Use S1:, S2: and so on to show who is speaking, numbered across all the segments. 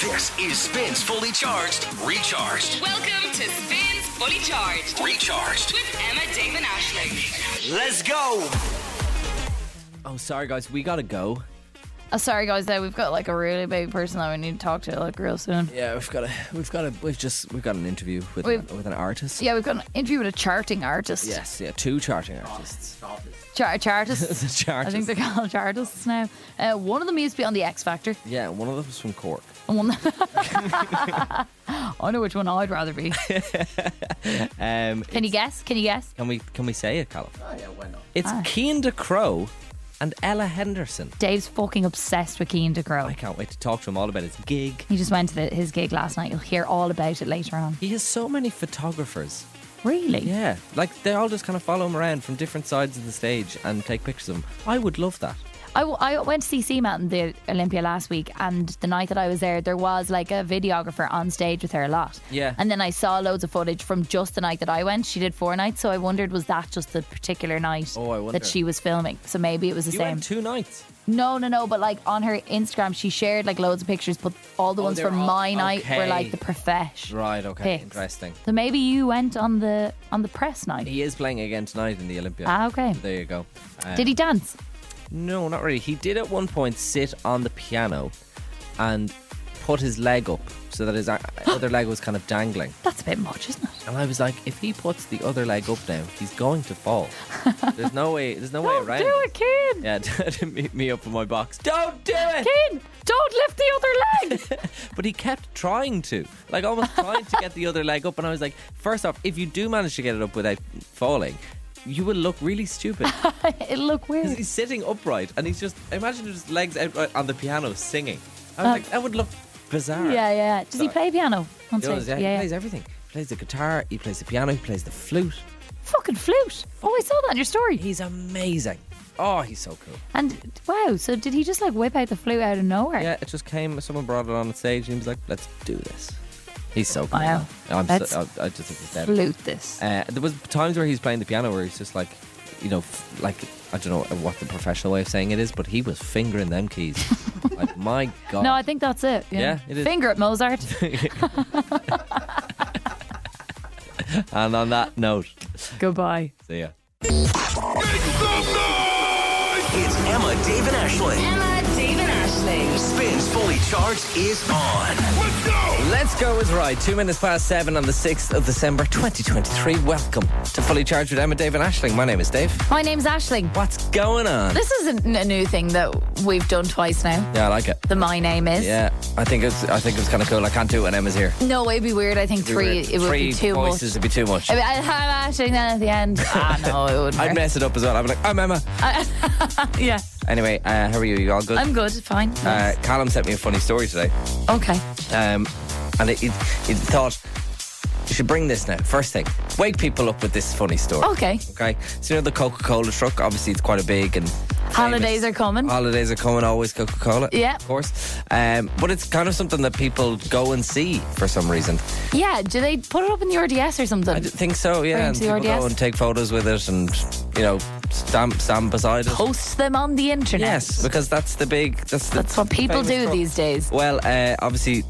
S1: This is Spins Fully Charged, Recharged,
S2: Welcome to Spins Fully Charged
S1: Recharged.
S2: with Emma Damon Ashley.
S1: Let's go!
S3: Oh, sorry, guys. We got to go.
S4: Oh, sorry guys, though we've got like a really big person that we need to talk to like real soon.
S3: Yeah, we've got a, we've got a, we've just, we've got an interview with,
S4: We've-
S3: with an artist.
S4: Yeah, we've got an interview with a charting artist.
S3: Yes, yeah, two charting artists.
S4: Char- chartist.
S3: It's a chartist.
S4: I think they're called chartists now. Uh, one of them used to be on the X Factor.
S3: yeah, one of them was from Cork.
S4: And one I know which one I'd rather be.
S3: Um,
S4: Can you guess? Can you guess?
S3: can we can we say it, Callum? Oh yeah, why not? It's
S4: Ah.
S3: Keanda Crow and Ella Henderson.
S4: Dave's fucking obsessed with Keen DeCrow.
S3: I can't wait to talk to him all about his gig.
S4: He just went to the, his gig last night. You'll hear all about it later on.
S3: He has so many photographers.
S4: Really?
S3: Yeah, like they all just kind of follow him around from different sides of the stage and take pictures of him. I would love that.
S4: I, w- I went to see Seaman in the Olympia last week, and the night that I was there, there was like a videographer on stage with her a lot.
S3: Yeah.
S4: And then I saw loads of footage from just the night that I went. She did four nights, so I wondered was that just the particular night
S3: Oh, I wonder.
S4: that she was filming? So maybe it was the
S3: You
S4: same.
S3: went two nights.
S4: no, no, no. But like on her Instagram, she shared like loads of pictures, but all the
S3: Oh,
S4: ones
S3: they were
S4: from
S3: all-
S4: my night were
S3: okay.
S4: like the profesh.
S3: Right. Okay.
S4: pics.
S3: Interesting.
S4: So maybe you went on the on the press night.
S3: He is playing again tonight in the Olympia.
S4: Ah, okay.
S3: There you go. Uh,
S4: Did he dance?
S3: No, not really. He did at one point sit on the piano and put his leg up so that his a- other leg was kind of dangling.
S4: That's a bit much, isn't it?
S3: And I was like, if he puts the other leg up now, he's going to fall. There's no way. There's no way
S4: Don't
S3: around.
S4: Oh, do it, kid.
S3: Yeah, to meet me up in my box. Don't do it.
S4: Kane, don't lift the other leg.
S3: But he kept trying to, like, almost trying to get the other leg up. And I was like, first off, if you do manage to get it up without falling, you will look really stupid.
S4: It'll look
S3: Because
S4: weird.
S3: he's sitting upright and he's just imagine his legs outright on the piano singing. I was like, that would look bizarre.
S4: Yeah, yeah. Does he
S3: Sorry.
S4: play piano? On
S3: He
S4: stage?
S3: does, yeah, He plays everything. He plays the guitar, he plays the piano, he plays the flute.
S4: Fucking flute. Oh, I saw that in your story.
S3: He's amazing. Oh, he's so cool.
S4: And wow, so did he just like whip out the flute out of nowhere?
S3: Yeah, it just came. Someone brought it on the stage, and he was like, "Let's do this." He's so cool.
S4: Wow.
S3: I'm
S4: Let's
S3: so, I, I just think he's dead.
S4: Flute this.
S3: Uh, there was times where he was playing the piano where he's just like, you know, f- like I don't know what the professional way of saying it is, but he was fingering them keys. like my god.
S4: No, I think that's it.
S3: Yeah, it is.
S4: Finger at Mozart.
S3: And on that note,
S4: Goodbye.
S3: see ya.
S1: It's Emma, David, Ashling.
S2: Emma Damon Ashley.
S1: Spins Fully Charged is on. Let's go!
S3: Let's go is right. Two minutes past seven on the 6th of December 2023. Welcome to Fully Charged with Emma, Dave, and Ashling. My name is Dave.
S4: My name's Ashling.
S3: What's going on?
S4: This isn't a new thing that we've done twice now.
S3: Yeah, I like it.
S4: The my name is.
S3: Yeah, I think it's I think it's kind of cool. I can't do it when Emma's here.
S4: No, it'd be weird. I think
S3: It'd be
S4: three.
S3: weird.
S4: It would
S3: Three
S4: be too
S3: voices
S4: much.
S3: would be too much.
S4: I mean, I- I'm Ashling then at the end. ah, no, it wouldn't.
S3: I'd
S4: work.
S3: mess it up as well. I'd be like, I'm Emma.
S4: yeah,
S3: Anyway, uh, how are you? You all good?
S4: I'm good. Fine.
S3: uh,
S4: Nice.
S3: Callum sent me a funny story today,
S4: okay.
S3: um, and it, it, it thought you should bring this now. First thing, wake people up with this funny story.
S4: Okay.
S3: Okay, so you know the Coca Cola truck. Obviously, it's quite a big and famous-
S4: Holidays are coming.
S3: Holidays are coming. Always Coca Cola.
S4: Yeah.
S3: of course. Um, but it's kind of something that people go and see for some reason.
S4: Yeah, do they put it up in the RDS or something?
S3: I d- think so. Yeah,
S4: Bring
S3: and
S4: it to your
S3: people go
S4: desk.
S3: and take photos with it, and you know, stand stand beside it.
S4: Post them on the internet.
S3: Yes, because that's the big. That's the,
S4: That's what people
S3: famous
S4: do
S3: truck.
S4: these days.
S3: Well, uh, obviously,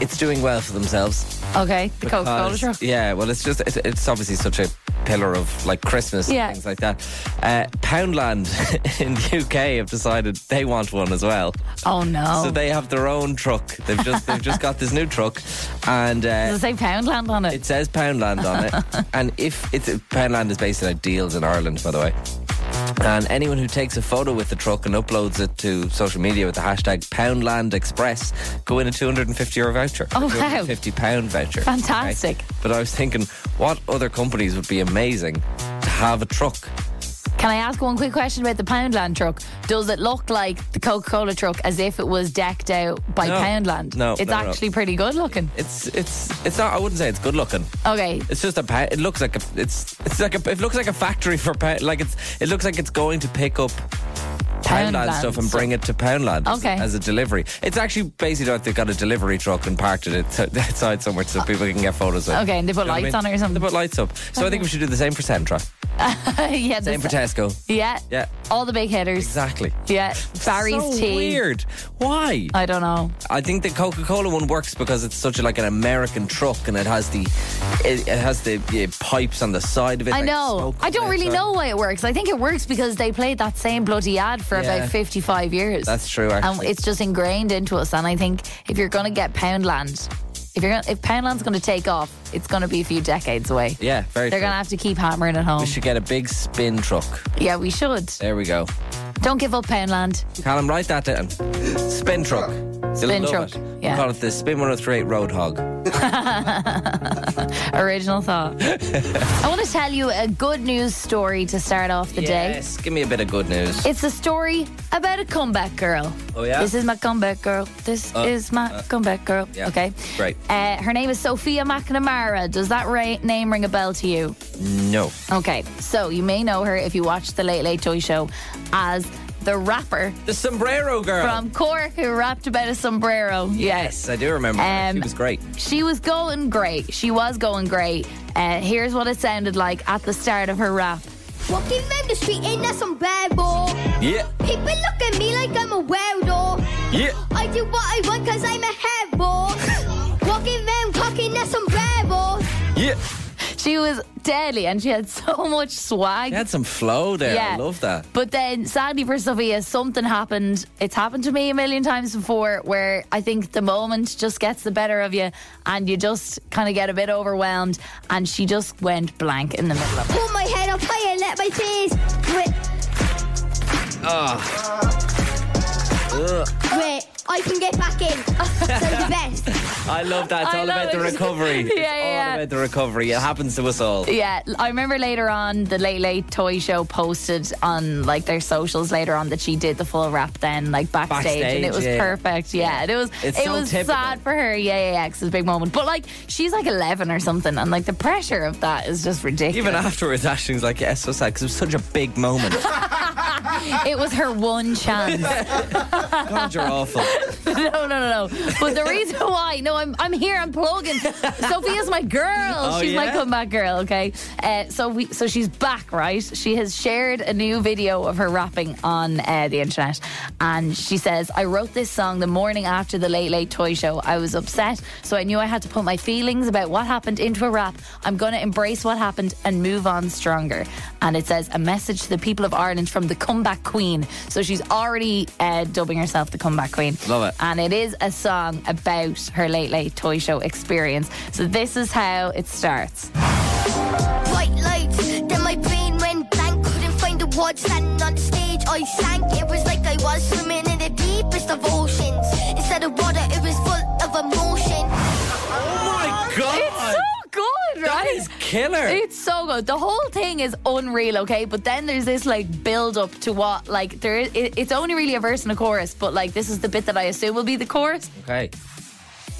S3: it's doing well for themselves.
S4: Okay, the Coca Cola
S3: because-
S4: truck.
S3: Uh, Yeah, well, it's just, it, it's obviously such a pillar of like Christmas
S4: Yeah.
S3: and things like that. Uh, Poundland in the UK have decided they want one as well.
S4: Oh no.
S3: So they have their own truck. They've just, they've just got this new truck. And, uh,
S4: Does it say Poundland on it?
S3: it says Poundland on it. and if it's Poundland is based in Deals in Ireland, by the way. And anyone who takes a photo with the truck and uploads it to social media with the hashtag Poundland Express go in a 250 euro voucher.
S4: Oh, wow.
S3: 50 pound voucher.
S4: Fantastic.
S3: Okay? But I was thinking, what other companies would be amazing to have a truck?
S4: Can I ask one quick question about the Poundland truck? Does it look like the Coca Cola truck as if it was decked out by
S3: No.
S4: Poundland?
S3: No,
S4: It's
S3: no, no.
S4: actually pretty good looking.
S3: It's it's it's not. I wouldn't say it's good looking.
S4: Okay.
S3: It's just a. pa- It looks like a. It's it's like a. It looks like a factory for pa- like it's. It looks like it's going to pick up Poundland,
S4: Poundland
S3: stuff and bring it to Poundland as-
S4: Okay.
S3: as, a delivery. It's actually basically like they got a delivery truck and parked it at- outside somewhere so people can get photos. Of. it.
S4: Okay, and they put
S3: You know what
S4: lights on it or something?
S3: They put lights up. So I think we should do the same for Sentra.
S4: yeah,
S3: Same
S4: the-
S3: for Tesco.
S4: yeah,
S3: Yeah.
S4: all the big hitters.
S3: Exactly.
S4: Yeah, Barry's
S3: so
S4: tea.
S3: weird. Why?
S4: I don't know.
S3: I think the Coca Cola one works because it's such a, like an American truck and it has the it, it has the yeah, pipes on the side of it.
S4: I
S3: like
S4: know.
S3: smoke
S4: I don't
S3: coming
S4: really
S3: outside.
S4: know why it works. I think it works because they played that same bloody ad for
S3: Yeah.
S4: about 55 years.
S3: That's true,
S4: And
S3: actually.
S4: Um, it's just ingrained into us. And I think if you're going to get Poundland, if you're gonna, if Poundland's going to take off, it's going to be a few decades away.
S3: Yeah, very.
S4: They're
S3: true.
S4: going to have to keep hammering it home.
S3: We should get a big spin truck.
S4: yeah, we should.
S3: There we go.
S4: Don't give up Poundland.
S3: Callum, write that down. Spin truck. You'll
S4: Spin
S3: love
S4: truck,
S3: It.
S4: yeah.
S3: We call it the Spin 103 Roadhog.
S4: Original thought. I want to tell you a good news story to start off the day.
S3: Yes, give me a bit of good news.
S4: It's a story about a comeback girl.
S3: Oh, yeah?
S4: This is my comeback girl. This
S3: Uh,
S4: is my comeback girl.
S3: yeah.
S4: Okay.
S3: Great.
S4: Uh, her name is Sophia McNamara. Does that ra- name ring a bell to you?
S3: no.
S4: Okay. So you may know her if you watched the Late Late Toy Show as the rapper
S3: The Sombrero Girl.
S4: from Cork who rapped about a sombrero.
S3: yes, I do remember. her. she
S4: Um,
S3: was great.
S4: She was going great. She was going great. Uh, here's what it sounded like at the start of her rap.
S5: Walking down the street and that's some bad boy.
S3: Yeah,
S5: People look at me like I'm a weirdo.
S3: yeah.
S5: I do what I want cause I'm a head boy. Walking them cocking that's some bad boy.
S3: Yeah.
S4: She was deadly and she had so much swag.
S3: She had some flow there.
S4: Yeah.
S3: I love that.
S4: But then, sadly for Sophia, something happened. It's happened to me a million times before where I think the moment just gets the better of you and you just kind of get a bit overwhelmed. And she just went blank in the middle of it.
S5: Pull my head up high and let my tears wet,
S3: Ugh.
S5: wet. I can get back in. so the best.
S3: I love that. It's
S4: I
S3: all
S4: love
S3: about the
S4: it.
S3: recovery.
S4: Yeah,
S3: it's
S4: yeah.
S3: all about the recovery. It happens to us all.
S4: Yeah, I remember later on the Late Late Toy Show posted on like their socials later on that she did the full rap then like backstage, and it
S3: Backstage,
S4: was
S3: yeah.
S4: perfect. Yeah, and it was
S3: It's
S4: it
S3: so
S4: was
S3: typical.
S4: sad for her. Yeah, yeah, yeah, 'cause it's a big moment. But like she's like 11 or something, and like the pressure of that is just ridiculous.
S3: Even afterwards, Ashley's like, yeah, so sad because it was such a big moment.
S4: it was her one chance.
S3: God, you're awful.
S4: No, no, no, no. But the reason why, no, I'm, I'm here, I'm plugging. Sophia's my girl.
S3: Oh,
S4: she's my
S3: yeah?
S4: comeback girl, okay? Uh, so we, so she's back, right? She has shared a new video of her rapping on uh, the internet. And she says, I wrote this song the morning after the Late Late Toy Show. I was upset, so I knew I had to put my feelings about what happened into a rap. I'm going to embrace what happened and move on stronger. And it says, a message to the people of Ireland from the comeback queen. So she's already uh, dubbing herself the comeback queen.
S3: Love it.
S4: And it is a song about her Late Late Toy Show experience. So this is how it starts.
S5: Bright lights, then my brain went blank. Couldn't find the words standing on the stage. I sank. It was like I was swimming in the deepest of oceans. Instead of water, it was full of emotion.
S3: My
S4: It's
S3: God.
S4: so good, right?
S3: That is killer.
S4: It's so good. The whole thing is unreal, okay? But then there's this like build up to what like there is it, it's only really a verse and a chorus, but like this is the bit that I assume will be the chorus.
S3: okay.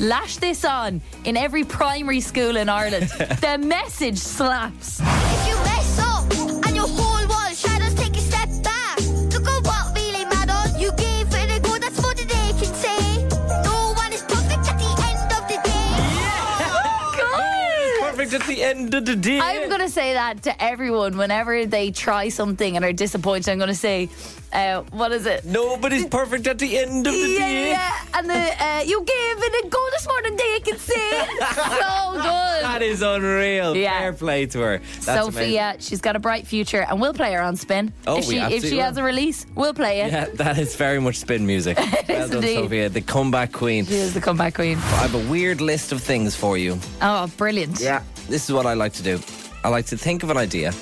S4: Lash this on in every primary school in Ireland. the message slaps.
S5: If you mess up and your whole world shadows, take a step back. Look at what really matters. You gave it a go. That's more than they can say. No one is perfect at the end of the day.
S4: Good.
S3: Perfect at the end of the day.
S4: I'm going to say that to everyone whenever they try something and are disappointed. I'm going to say, uh, what is it?
S3: Nobody's perfect at the end of the
S4: Yeah,
S3: day.
S4: yeah, and the uh, you gave it a go this morning. They can see so good.
S3: That is unreal.
S4: Yeah.
S3: Fair play to her. That's
S4: Sophia,
S3: amazing.
S4: she's got a bright future, and we'll play her on spin.
S3: Oh,
S4: if
S3: we
S4: she if
S3: absolutely
S4: she has a
S3: will.
S4: release, we'll play it.
S3: Yeah, that is very much spin music. well done,
S4: indeed.
S3: Sophia, the comeback queen.
S4: She is the comeback queen.
S3: I have a weird list of things for you.
S4: Oh, brilliant!
S3: This is what I like to do. I like to think of an idea,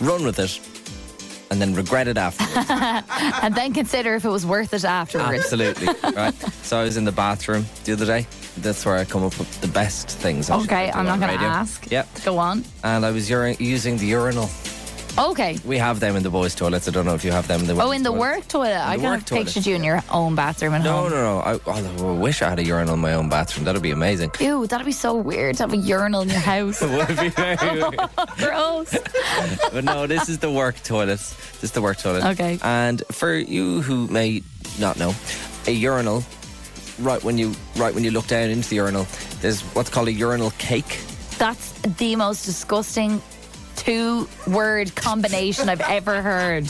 S3: run with it, and then regret it afterwards.
S4: And then consider if it was worth it afterwards.
S3: Absolutely. Right. So I was in the bathroom the other day. That's where I come up with the best things. I should
S4: Okay,
S3: do
S4: I'm not
S3: on
S4: going to
S3: radio.
S4: ask.
S3: Yep.
S4: Go on.
S3: And I was uri- using the urinal.
S4: Okay.
S3: We have them in the boys' toilets. I don't know if you have them in the
S4: Oh,
S3: women's
S4: in the
S3: toilets.
S4: work toilet. I
S3: the
S4: kind
S3: work
S4: of pictured
S3: toilet,
S4: you in your own bathroom at
S3: No,
S4: home.
S3: no, no. I, although I wish I had a urinal in my own bathroom. That would be amazing.
S4: Ew, that'd be so weird to have a urinal in your house.
S3: would be very weird.
S4: Gross.
S3: But no, this is the work toilet. This is the work toilet.
S4: Okay.
S3: And for you who may not know, a urinal, right when you right when you look down into the urinal, there's what's called a urinal cake.
S4: That's the most disgusting two word combination I've ever heard.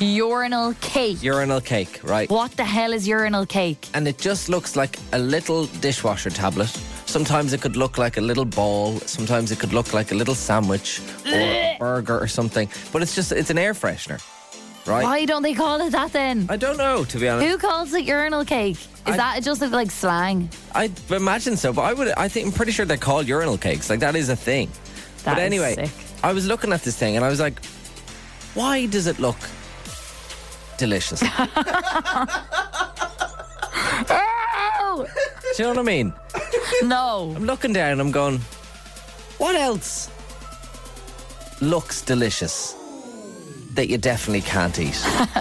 S4: Urinal cake.
S3: Urinal cake, right?
S4: What the hell is urinal cake?
S3: And it just looks like a little dishwasher tablet. Sometimes it could look like a little ball. Sometimes it could look like a little sandwich or a burger or something. But it's just, it's an air freshener, right?
S4: Why don't they call it that then?
S3: I don't know, to be honest.
S4: Who calls it urinal cake? Is
S3: I-
S4: that just like slang?
S3: I imagine so, but I would. I think I'm pretty sure they're called urinal cakes. Like that is a thing.
S4: That
S3: but
S4: is
S3: anyway,
S4: sick.
S3: I was looking at this thing and I was like, why does it look delicious? Do
S4: Oh
S3: you know what I mean?
S4: no!
S3: I'm looking down. I'm going, what else looks delicious that you definitely can't eat?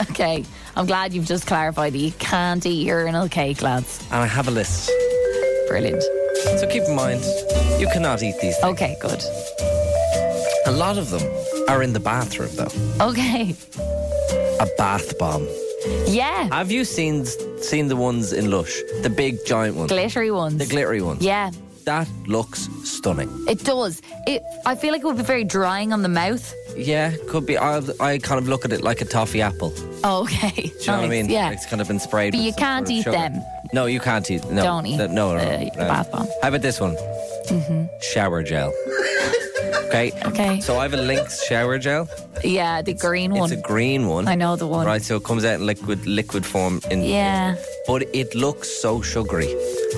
S4: Okay, I'm glad you've just clarified that you can't eat urinal cake, lads.
S3: and I have a list.
S4: Brilliant.
S3: So keep in mind, you cannot eat these. Things.
S4: Okay, good.
S3: A lot of them are in the bathroom, though.
S4: Okay,
S3: A bath bomb.
S4: yeah,
S3: Have you seen seen the ones in Lush, the big giant ones,
S4: glittery ones.
S3: the glittery ones?
S4: yeah,
S3: that looks stunning.
S4: it does. It. I feel like it would be very drying on the mouth.
S3: Yeah, could be. I, I kind of look at it like a toffee apple. Do you
S4: Oh, okay.
S3: know what I
S4: Nice,
S3: mean?
S4: Yeah.
S3: it's kind of been sprayed.
S4: But
S3: with
S4: you
S3: some
S4: can't
S3: sort of
S4: eat
S3: sugar.
S4: them.
S3: No, you can't eat. No,
S4: Don't eat,
S3: Th- No, no,
S4: uh,
S3: no.
S4: the bath bomb. Mm-hmm.
S3: How about this one? Shower gel. okay.
S4: Okay.
S3: So I have a Lynx shower gel.
S4: Yeah, the green
S3: It's
S4: one.
S3: a green one.
S4: I know the one.
S3: Right, so it comes out in liquid liquid form in
S4: Yeah.
S3: but it looks so sugary,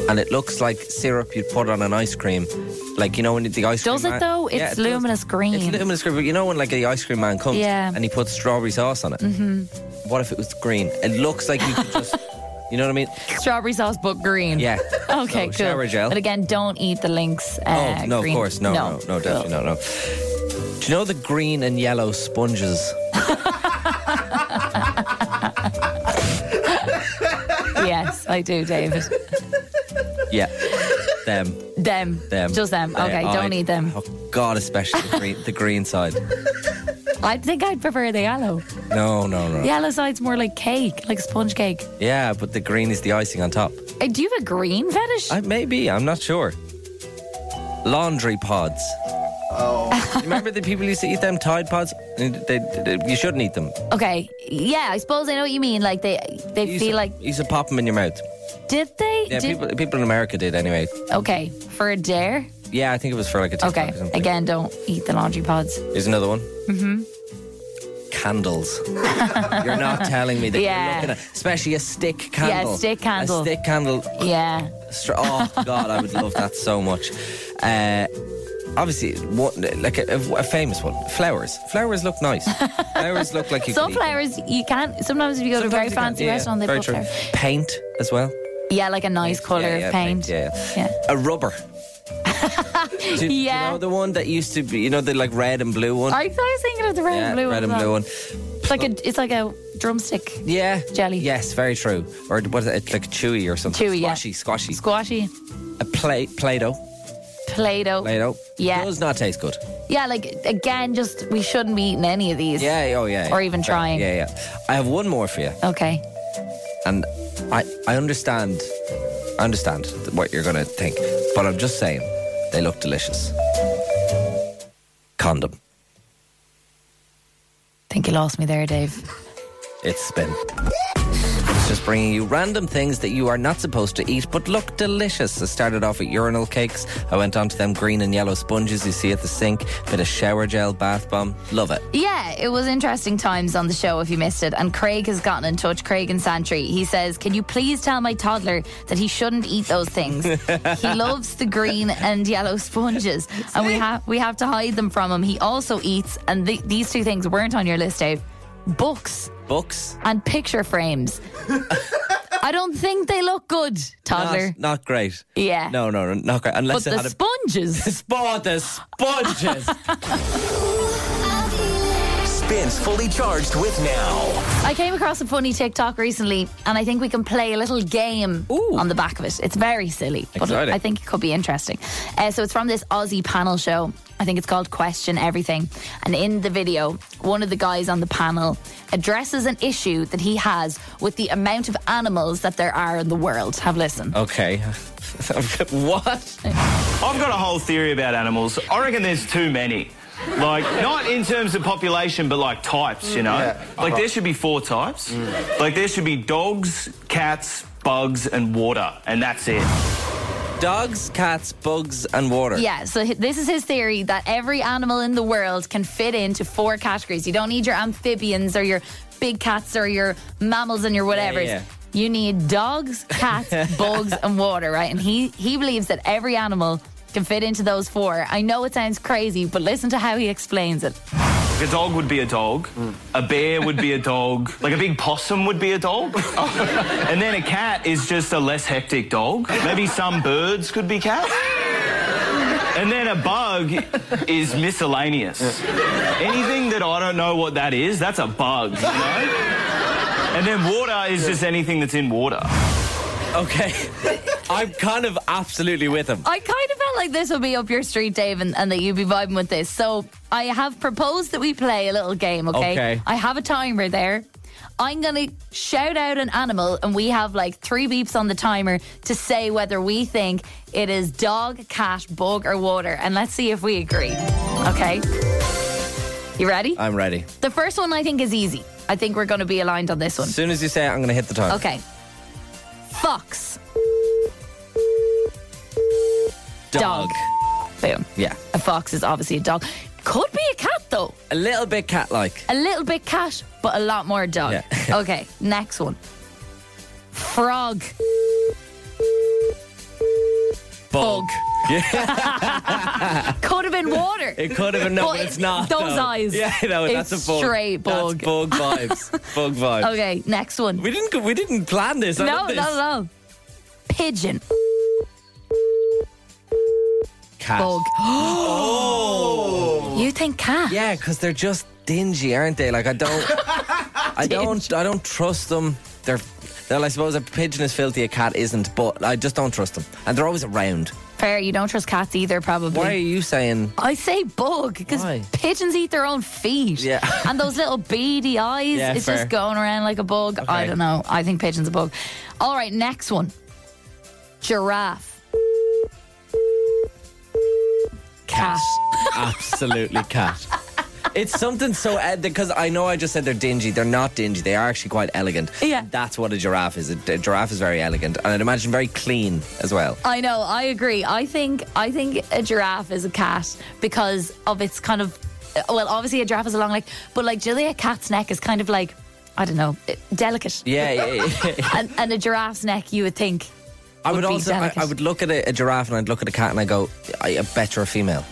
S3: and it looks like syrup you'd put on an ice cream, like you know when the ice cream.
S4: Does it
S3: man-
S4: though?
S3: Yeah,
S4: It's
S3: it does.
S4: luminous green.
S3: It's luminous green, but you know when like the ice cream man comes
S4: Yeah.
S3: and he puts strawberry sauce on it. Mm-hmm. What if it was green? It looks like you could just, you know what I mean?
S4: Strawberry sauce, but green.
S3: Yeah.
S4: Okay,
S3: So,
S4: cool.
S3: Shower gel.
S4: But again, don't eat the links. Uh,
S3: oh no,
S4: green.
S3: of course, no, no, no, definitely
S4: Cool.
S3: no, no. Do you know the green and yellow sponges?
S4: yes, I do, David.
S3: Yeah, them.
S4: Them.
S3: Them.
S4: Just them.
S3: They-
S4: Okay,
S3: oh,
S4: don't
S3: I-
S4: eat them.
S3: Oh God, especially the green, the green side.
S4: I think I'd prefer the yellow.
S3: No, no, no.
S4: The yellow side's more like cake, like sponge cake.
S3: Yeah, but the green is the icing on top.
S4: Uh, do you have a green fetish?
S3: I maybe I'm not sure. Laundry pods. Oh, remember the people used to eat them Tide pods? And They, they- you shouldn't eat them.
S4: okay. Yeah, I suppose I know what you mean. Like they, they
S3: You used
S4: feel
S3: to,
S4: like.
S3: you used to pop them in your mouth.
S4: Did they?
S3: Yeah,
S4: did,
S3: people people in America did anyway.
S4: Okay, for a dare.
S3: Yeah, I think it was for like a TikTok
S4: Okay.
S3: or something.
S4: Again, don't eat the laundry pods.
S3: Here's another one. Mm-hmm. Candles. you're not telling me that
S4: Yeah.
S3: you're looking at, especially a stick candle.
S4: stick candle.
S3: A stick candle.
S4: Yeah.
S3: Stra- Oh God, I would love that so much. Uh, obviously, what, like a, a famous one, flowers. Flowers look nice. flowers look like you.
S4: Some
S3: could eat them.
S4: flowers you can't. Sometimes if you go to a very
S3: Sometimes you can-
S4: fancy
S3: yeah,
S4: restaurant, they
S3: very
S4: put
S3: true.
S4: flowers.
S3: Paint as well.
S4: Yeah, like a nice
S3: Paint,
S4: color
S3: yeah, yeah,
S4: of paint.
S3: Yeah, yeah.
S4: yeah.
S3: a rubber. Do- do
S4: Yeah.
S3: you know the one that used to be, you know, the like red and blue one.
S4: I, I was thinking of the red
S3: yeah,
S4: and blue
S3: red
S4: one.
S3: and blue one.
S4: It's like a it's like a drumstick.
S3: Yeah,
S4: Jelly.
S3: Yes, very true. Or what is it? Like chewy or something.
S4: Chewy, yeah.
S3: squashy, squashy.
S4: Squashy.
S3: a play, play-doh,
S4: Play-Doh.
S3: play-doh.
S4: Yeah.
S3: does not taste good.
S4: Yeah, like again, just we shouldn't be eating any of these.
S3: Yeah, oh yeah.
S4: Or
S3: yeah.
S4: even trying.
S3: Yeah, yeah. I have one more for you,
S4: Okay.
S3: and I I understand, I understand what you're gonna think, but I'm just saying, they look delicious. Condom,
S4: Think you lost me there, Dave.
S3: it's spin. It's just bringing you random things that you are not supposed to eat but look delicious. I started off with urinal cakes. I went on to them green and yellow sponges you see at the sink. Bit of shower gel, bath bomb. Love it.
S4: Yeah, it was interesting times on the show if you missed it. And Craig has gotten in touch, Craig and Santry. He says, Can you please tell my toddler that he shouldn't eat those things? he loves the green and yellow sponges, and we have we have to hide them from him. He also eats, and th- these two things weren't on your list, Dave books
S3: Books.
S4: and picture frames. I don't think they look good, toddler.
S3: Not, not great.
S4: Yeah.
S3: No, no, no, not great.
S4: but
S3: Unless it
S4: the
S3: had a
S4: sponges.
S3: spot the sponges.
S1: Spins fully charged with now.
S4: I came across a funny TikTok recently, and I think we can play a little game
S3: Ooh.
S4: on the back of it. It's very silly, but
S3: Exciting.
S4: I think it could be interesting. Uh, so it's from this Aussie panel show. I think it's called Question Everything. And in the video, one of the guys on the panel addresses an issue that he has with the amount of animals that there are in the world. Have a listen.
S3: okay. what?
S6: I've got a whole theory about animals. I reckon there's too many. Like, not in terms of population, but like types, you know?
S7: Yeah.
S6: Like, there should be four types. Like, there should be dogs, cats, bugs, and water, and that's it.
S3: Dogs, cats, bugs, and water.
S4: Yeah, so hi- this is his theory that every animal in the world can fit into four categories. You don't need your amphibians or your big cats or your mammals and your whatevers.
S3: yeah.
S4: You need dogs, cats, bugs, and water, right? And he he believes that every animal can fit into those four. I know it sounds crazy, but listen to how he explains it.
S6: Like, a dog would be a dog, a bear would be a dog, like a big possum would be a dog. and then a cat is just a less hectic dog. Maybe some birds could be cats. And then a bug is miscellaneous. Anything that I don't know what that is, that's a bug, you know? And then water is just anything that's in water.
S3: Okay. I'm kind of absolutely with him.
S4: I kind of felt like this would be up your street, Dave, and, and that you'd be vibing with this. So I have proposed that we play a little game, okay?
S3: Okay.
S4: I have a timer there. I'm going to shout out an animal, and we have like three beeps on the timer to say whether we think it is dog, cat, bug, or water. And let's see if we agree. Okay. You ready?
S3: I'm ready.
S4: the first one I think is easy. I think we're going to be aligned on this one.
S3: As soon as you say it, I'm going to hit the time.
S4: Okay. Fox.
S3: Dog.
S4: Boom.
S3: Yeah.
S4: A fox is obviously a dog. Could be a cat though.
S3: A little bit cat like.
S4: A little bit cat, but a lot more dog.
S3: Yeah.
S4: okay, next one. Frog. Bug.
S3: Yeah,
S4: Could have been water.
S3: it could have been. No,
S4: But
S3: but it's not.
S4: those
S3: though.
S4: eyes.
S3: Yeah, no, that's a
S4: It's
S3: bug.
S4: straight bug.
S3: That's bug vibes. bug vibes.
S4: okay, next one.
S3: We didn't. go- We didn't plan this. I
S4: no,
S3: love
S4: not
S3: this.
S4: at all. Pigeon.
S3: Cat.
S4: Bug. oh. You think cat?
S3: Oh. Yeah, because they're just dingy, aren't they? Like I don't, I don't, I don't trust them. They're, well, I suppose a pigeon is filthy, a cat isn't, but I just don't trust them, and they're always around.
S4: Fair, you don't trust cats either, probably.
S3: Why are you saying?
S4: I say bug because
S3: Why?
S4: pigeons eat their own feet.
S3: Yeah.
S4: and those little beady eyes,
S3: Yeah,
S4: it's
S3: fair.
S4: just going around like a bug. I
S3: Okay.
S4: don't know. I think pigeon's a bug. All right, next one giraffe. Cat.
S3: Absolutely, cat. It's something so because I know I just said they're dingy. They're not dingy. They are actually quite elegant.
S4: Yeah.
S3: that's what a giraffe is. A, a giraffe is very elegant, and I'd imagine very clean as well.
S4: I know, I agree. I think I think a giraffe is a cat because of its kind of well, obviously a giraffe is a long neck, but like Julia a cat's neck is kind of like I don't know, eh, delicate.
S3: Yeah, yeah, yeah.
S4: And, and a giraffe's neck, you would think
S3: I would
S4: Would be
S3: also. I,
S4: delicate.
S3: I would look at a, a giraffe and I'd look at a cat and I go, I, I bet you're a female.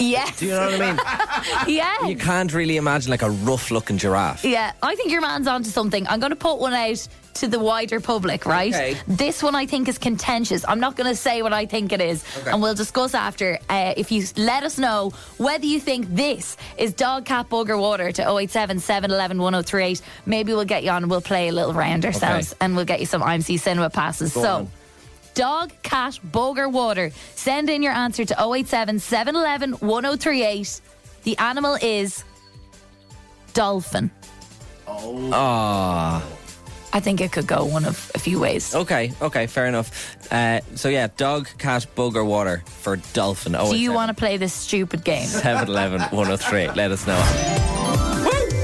S4: Yes.
S3: Do you know what I mean?
S4: yeah.
S3: You can't really imagine like a rough looking giraffe.
S4: Yeah, I think your man's onto something. I'm going to put one out to the wider public, right?
S3: Okay.
S4: This one I think is contentious. I'm not going to say what I think it is, and we'll discuss after. Uh, if you s- let us know whether you think this is dog, cat, bug, or water to 087 711 1038, maybe we'll get you on and we'll play a little round ourselves and we'll get you some IMC cinema passes. so.
S3: on.
S4: Dog, cat, bug, or water. Send in your answer to 087 711 1038. The animal is dolphin.
S3: Ah.
S4: I think it could go one of a few ways.
S3: Okay, okay, fair enough. Uh, so yeah, dog, cat, bug, or water for dolphin. Oh,
S4: Do you want to play this stupid game?
S3: 711 103. oh, Let us know.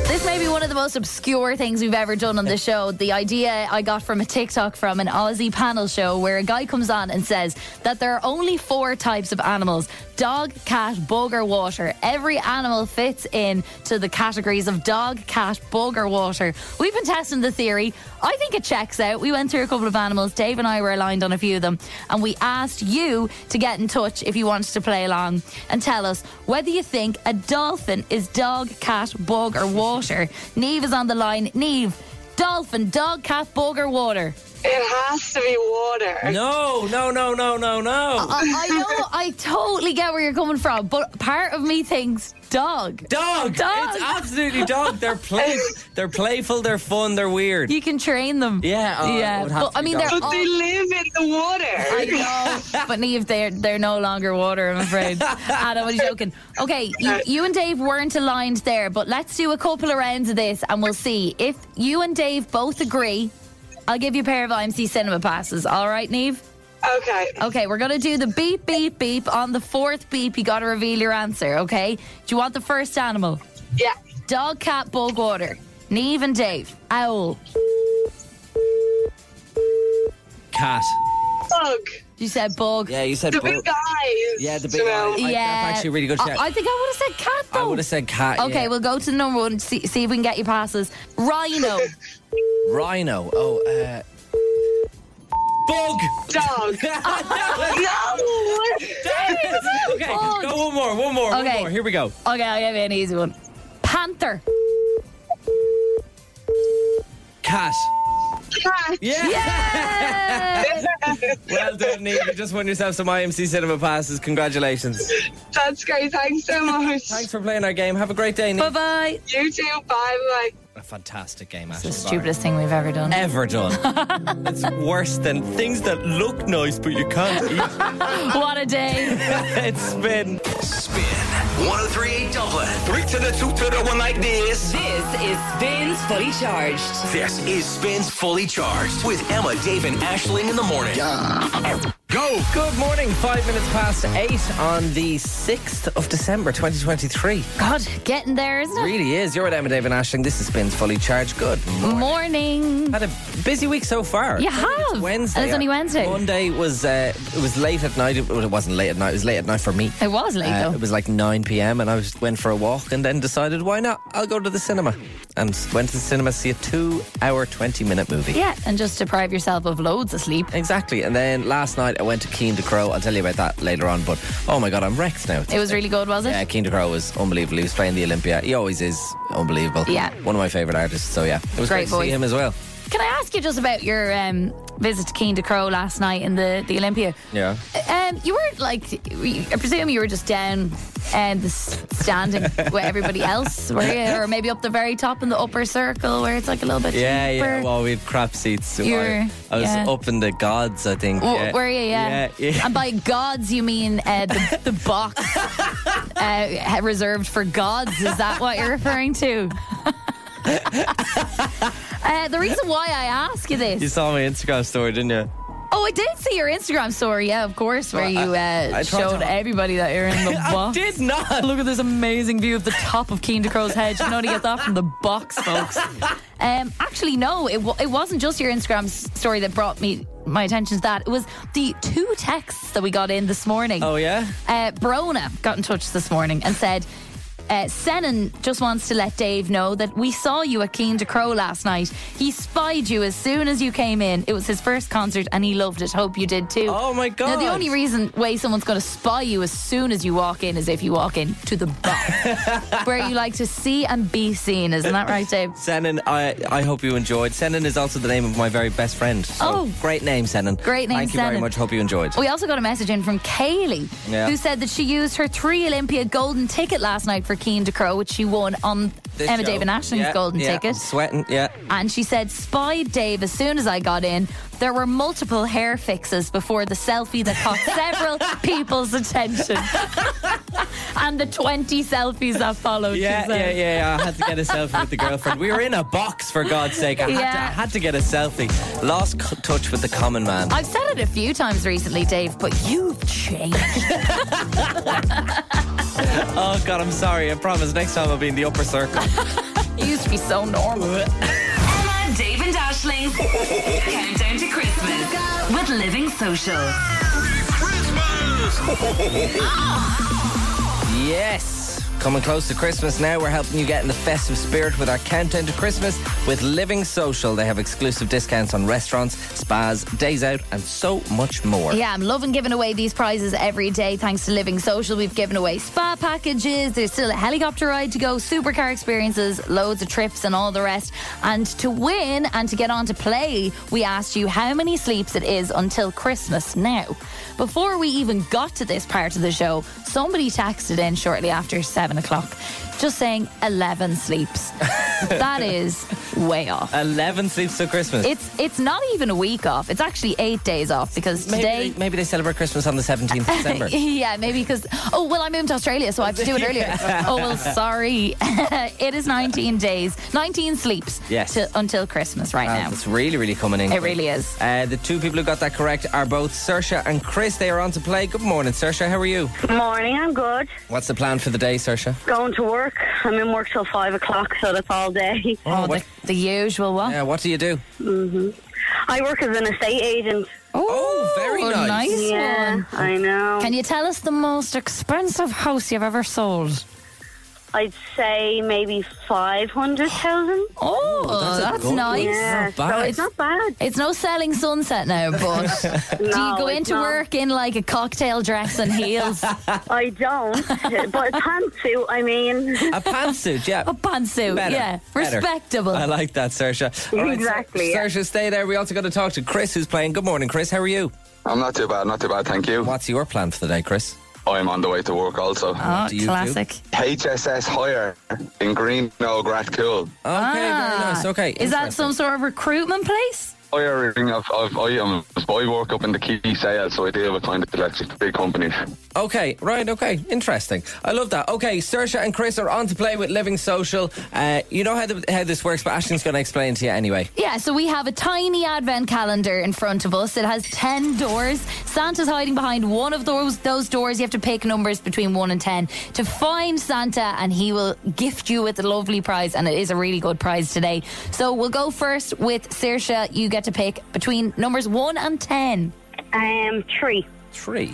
S4: This may be one of the most obscure things we've ever done on the show. The idea I got from a TikTok from an Aussie panel show where a guy comes on and says that there are only four types of animals dog, cat, bug, or water. Every animal fits in to the categories of dog, cat, bug, or water. We've been testing the theory. I think it checks out. We went through a couple of animals. Dave and I were aligned on a few of them. And we asked you to get in touch if you wanted to play along and tell us whether you think a dolphin is dog, cat, bug, or water. Neve is on the line. Neve, dolphin, dog, cat, bug, or water?
S8: It has to be water.
S3: No, no, no, no, no, no.
S4: I, I know, I totally get where you're coming from, but part of me thinks dog.
S3: Dog.
S4: Dog.
S3: It's absolutely dog. They're play. they're playful. They're fun. They're weird.
S4: You can train them.
S3: Yeah, oh, it
S4: yeah.
S3: would have
S4: But,
S3: to
S4: I
S3: be
S4: mean,
S3: dog.
S4: they're
S8: But
S4: all
S8: they
S3: Oh.
S8: live in the water.
S4: I know, but Neve, they're they're no longer water. I'm afraid. I'm only joking. Okay, you, you and Dave weren't aligned there, but let's do a couple of rounds of this, and we'll see if you and Dave both agree. I'll give you a pair of IMC cinema passes. All right, Neve.
S8: Okay.
S4: Okay, we're going to do the beep, beep, beep. On the fourth beep, you got to reveal your answer, okay? Do you want the first animal?
S8: Yeah.
S4: Dog, cat, bug, water. Neve and Dave. Owl.
S3: Cat.
S8: Bug.
S4: You said bug.
S3: Yeah, you said
S8: The
S3: bug.
S8: big eyes.
S3: Yeah, the big
S8: Jamel.
S3: eyes. I- that's actually a really good
S4: I-
S3: shout.
S4: I, think I would have said cat,
S3: I
S4: though.
S3: would have said cat.
S4: Okay,
S3: yeah.
S4: we'll go to number one. See, see if we can get you passes. Rhino.
S3: Rhino. Oh, uh. Bug!
S8: Dog.
S4: Ah.
S8: no.
S3: okay,
S4: Bug.
S3: go one more, one more, one
S4: Oh. Okay.
S3: more. Here we go.
S4: okay, I'll give you an easy one. Panther.
S3: Cat.
S8: Cat.
S3: Yeah!
S4: Yay!
S3: Well done, Niamh. You just won yourself some IMC Cinema Passes. Congratulations.
S8: That's great. Thanks so much.
S3: Thanks for playing our game. Have a great day, Niamh.
S4: bye bye.
S8: You too. Bye bye.
S3: A fantastic game,
S4: The
S3: Ashley.
S4: stupidest thing we've ever done.
S3: Ever done. it's worse than things that look nice but you can't eat.
S4: What a day.
S3: it's been.
S1: Spin. 1038 Dublin. oh Three to the two to the one like this.
S2: This is Spins Fully Charged.
S1: This is Spins Fully Charged with Emma, Dave, and Ashling in the morning. Go!
S3: Good morning. Five minutes past eight on the 6th of December 2023.
S4: God, getting there, isn't it?
S3: Really is. You're at Emma, Dave, and Ashling. This is Spins Fully Charged. Good.
S4: Morning.
S3: Had a busy week so far.
S4: You
S3: I think it's
S4: have.
S3: Wednesday.
S4: And it's only Wednesday.
S3: Monday was uh, it was late at night. It, well, it wasn't late at night. It was late at night for me.
S4: It was late,
S3: Uh,
S4: though.
S3: it was like 9 p.m. and I was, went for a walk and then decided, why not? I'll go to the cinema. And went to the cinema to see a two hour, 20 minute movie.
S4: yeah, and just deprive yourself of loads of sleep.
S3: Exactly. And then last night I went to Keen to Crow. I'll tell you about that later on. But oh my God, I'm wrecked now.
S4: It was really good, was it?
S3: Yeah, Keen to Crow was unbelievable. He was playing the Olympia. He always is unbelievable.
S4: Yeah.
S3: One of my favourite artists. So yeah, it was
S4: Great
S3: great, to see
S4: voice.
S3: him as well.
S4: Can I ask you just about your um, visit to Keen to Crow last night in the, the Olympia?
S3: Yeah.
S4: Um, you weren't like, I presume you were just down um, the s- standing with everybody else, were you? Or maybe up the very top in the upper circle where it's like a little bit
S3: Yeah,
S4: cheaper.
S3: yeah. Well, we had crap seats. So
S4: You're-
S3: I, I was
S4: yeah.
S3: up in the gods, I think.
S4: W- Were you? Yeah.
S3: Yeah. yeah.
S4: And by gods, you mean uh, the, the box uh, reserved for gods. Is that what you're referring to? uh, the reason why I ask you this.
S3: You saw my Instagram story, didn't you?
S4: Oh, I did see your Instagram story. Yeah, of course, where you uh,
S3: I tried
S4: showed
S3: to-
S4: everybody that you're in the box.
S3: did not.
S4: Look at this amazing view of the top of Keen to Crow's Head. You can only get that from the box, folks. Um, actually, no, it, wa it wasn't just your Instagram s- story that brought me my attention to that. It was the two texts that we got in this morning.
S3: Oh yeah.
S4: Uh, Brona got in touch this morning and said, uh, Senan just wants to let Dave know that we saw you at Keen to Crow last night. He spied you as soon as you came in. It was his first concert and he loved it. Hope you did too.
S3: Oh, my
S4: Now,
S3: God.
S4: the only reason way someone's going to spy you as soon as you walk in is if you walk in to the bar, where you like to see and be seen. Isn't that right, Dave?
S3: Senan, I, I hope you enjoyed. Senan is also the name of my very best friend. So
S4: Oh.
S3: great name, Senan.
S4: Great name,
S3: Thank you very
S4: Senan. Oh,
S3: much. Hope you enjoyed.
S4: We also got a message in from Kaylee,
S3: Yeah.
S4: who said that she used her three Olympia golden ticket last night for Keen to Crow, which she won on
S3: This show.
S4: Emma David Ashton's
S3: Yeah,
S4: golden
S3: yeah,
S4: ticket.
S3: I'm sweating, yeah.
S4: And she said, spied Dave as soon as I got in. There were multiple hair fixes before the selfie that caught several people's attention. and the 20 selfies that followed. she
S3: Yeah, yeah,
S4: said.
S3: yeah, yeah. I had to get a selfie with the girlfriend. We were in a box, for God's sake. I, had, to,
S4: Yeah.
S3: I had to get a selfie. Lost c- touch with the common man.
S4: I've said it a few times recently, Dave, but you've changed.
S3: Oh, God, I'm sorry. I promise next time I'll be in the upper circle.
S4: you used to be so normal.
S2: Emma, Dave, and Ashling's Countdown to Christmas with Living Social.
S3: Yes. Coming close to Christmas now, we're helping you get in the festive spirit with our countdown to Christmas with Living Social. They have exclusive discounts on restaurants, spas, days out, and so much more.
S4: Yeah, I'm loving giving away these prizes every day thanks to Living Social. We've given away spa packages, there's still a helicopter ride to go, supercar experiences, loads of trips, and all the rest. And to win and to get on to play, we asked you how many sleeps it is until Christmas now. Before we even got to this part of the show, somebody texted in shortly after seven o'clock just saying 11 sleeps. that is way off.
S3: 11 sleeps till Christmas.
S4: It's it's not even a week off. It's actually eight days off because
S3: maybe,
S4: today.
S3: they, maybe they celebrate Christmas on the 17th of December.
S4: yeah, maybe because oh well, I moved to Australia, so I have to do it earlier. Oh well, sorry. it is 19 days, 19 sleeps.
S3: Yes.
S4: to- until Christmas right
S3: Wow,
S4: now.
S3: It's really, really coming in.
S4: It really is.
S3: Uh, the two people who got that correct are both Sersha and Chris. They are on to play. Good morning, Sersha. How are you?
S7: Morning, I'm good.
S3: What's the plan for the day, Sersha?
S7: Going to work. I'm in work till five o'clock, so that's all day.
S4: Oh,
S3: what,
S4: the, the usual one.
S3: yeah, what do you do?
S7: I work as an estate agent.
S3: Oh, very
S4: Ooh,
S3: nice.
S4: nice
S7: Yeah,
S4: one.
S7: I know.
S4: Can you tell us the most expensive house you've ever sold?
S7: I'd say maybe five hundred thousand.
S4: Oh,
S3: that's a
S4: that's,
S3: good one.
S4: nice.
S7: Yeah,
S3: Not bad.
S7: so it's not bad.
S4: It's no selling sunset now, but do you
S7: No,
S4: go
S7: it's
S4: into
S7: not.
S4: work in like a cocktail dress and heels, a
S7: I don't, but a pantsuit. I mean,
S3: A pantsuit, yeah.
S4: pantsuit?
S3: Better,
S4: Yeah,
S3: better.
S4: respectable.
S3: I like that, Sersha. All right, Ser-
S7: Exactly, yeah.
S3: Sersha, stay there. We also got to talk to Chris, who's playing. Good morning, Chris. How are you?
S9: I'm not too bad, not too bad, thank you.
S3: What's your plan for the day, Chris?
S9: I'm on the way to work also.
S4: Oh,
S3: do you do?
S4: classic.
S9: HSS Hire in Green Grat Cool.
S3: Okay, very nice. Okay.
S4: Ah, Is that
S3: interesting.
S4: some sort of recruitment place?
S9: Hiring of, of I am I work up in the key sales, so I deal with kind of electric big companies.
S3: Okay, right, okay. Interesting. I love that. Okay, Sersha and Chris are on to play with Living Social. Uh, you know how, the, how this works, but Ashton's going to explain to you anyway.
S4: Yeah, so we have a tiny advent calendar in front of us. It has 10 doors. Santa's hiding behind one of those those doors. You have to pick numbers between 1 and 10 to find Santa and he will gift you with a lovely prize and it is a really good prize today. So we'll go first with Saoirse. You get to pick between numbers 1 and 10.
S7: um, three.
S3: Three.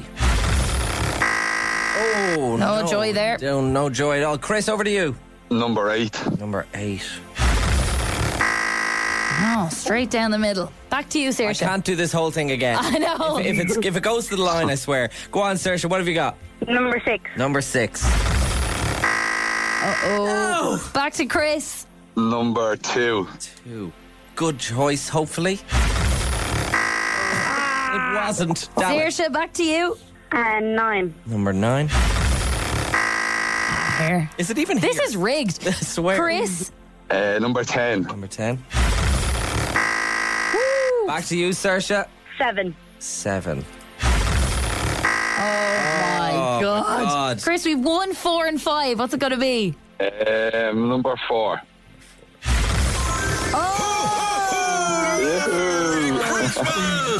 S3: Oh,
S4: No joy there.
S3: No, no joy at all. Chris, over to you.
S9: Number eight.
S3: Number eight.
S4: Oh, straight down the middle. Back to you,
S3: I
S4: Saoirse.
S3: can't do this whole thing again.
S4: I know.
S3: If, if, it's, if it goes to the line, I swear. Go on, Sersha, what have you got?
S7: Number six.
S3: Number six.
S4: Oh. Back to Chris.
S9: Number two.
S3: Two. Good choice, hopefully. it wasn't. Damn it.
S4: Saoirse, back to you.
S7: And nine.
S3: Number nine.
S4: Here.
S3: Is it even
S4: This
S3: here?
S4: is rigged.
S3: I swear.
S4: Chris,
S9: Uh, number ten.
S3: Number 10. Back to you, Sersha.
S7: Seven.
S3: Seven.
S4: My Oh, God.
S3: God.
S4: Chris, we've won four and five. What's it going to be?
S9: Um, number four.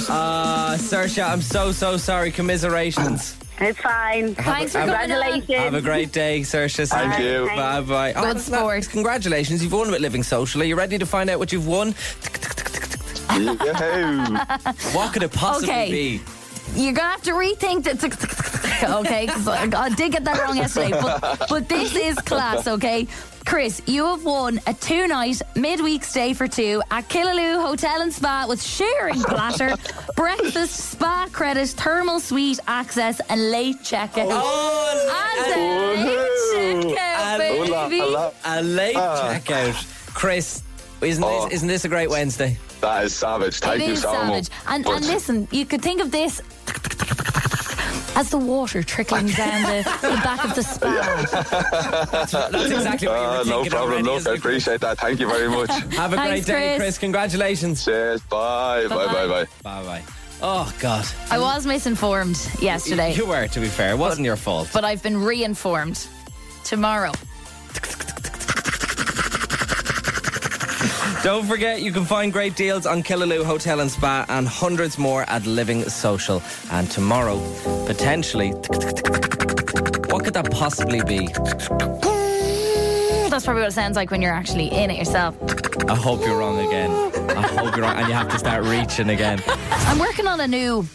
S4: Oh!
S3: Uh, Sersha, I'm so, so sorry. Commiserations.
S7: It's fine.
S4: Thanks for
S3: have a-
S4: coming on.
S7: Congratulations.
S3: Have a great day, Sersha.
S9: Thank you.
S3: Bye bye.
S4: Good sport.
S3: Oh, Congratulations. You've won with Living Social. Are you ready to find out what you've won?
S9: Yahoo!
S3: What could it possibly
S4: Okay.
S3: be?
S4: You're going to have to rethink that. okay, 'cause I, I did get that wrong yesterday. But, but this is class, okay? Chris, you have won a two night midweek stay for two at Killaloo Hotel and Spa with sharing platter, breakfast, spa credit, thermal suite access, and late checkout. and a late checkout,
S3: Oh,
S9: la,
S4: baby.
S9: la.
S3: A late
S9: Ah.
S3: checkout. Chris, isn't,
S9: Oh.
S3: this, isn't this a great Wednesday?
S9: That is savage. Thank
S4: It
S9: you
S4: is
S9: so much.
S4: savage. And,
S9: But uh,
S4: and listen, you could think of this as the water trickling down the, the back of the spa.
S3: That's exactly what you were
S9: uh, no
S3: thinking
S9: problem.
S3: already,
S9: Look,
S3: isn't
S9: I
S3: it, Chris?
S9: appreciate that. Thank you very much.
S3: Have a
S4: Thanks,
S3: great day,
S4: Chris.
S3: Chris. Congratulations.
S9: Cheers. Bye. Bye. Bye. Bye.
S3: Bye bye. Oh God.
S4: I was misinformed yesterday,
S3: You were, to be fair. It wasn't your fault.
S4: but I've been reinformed tomorrow.
S3: Don't forget, you can find great deals on Killaloo Hotel and Spa and hundreds more at Living Social. And tomorrow, potentially, what could that possibly be?
S4: That's probably what it sounds like when you're actually in it yourself.
S3: I hope you're wrong again. I hope you're wrong, and you have to start reaching again.
S4: I'm working on a new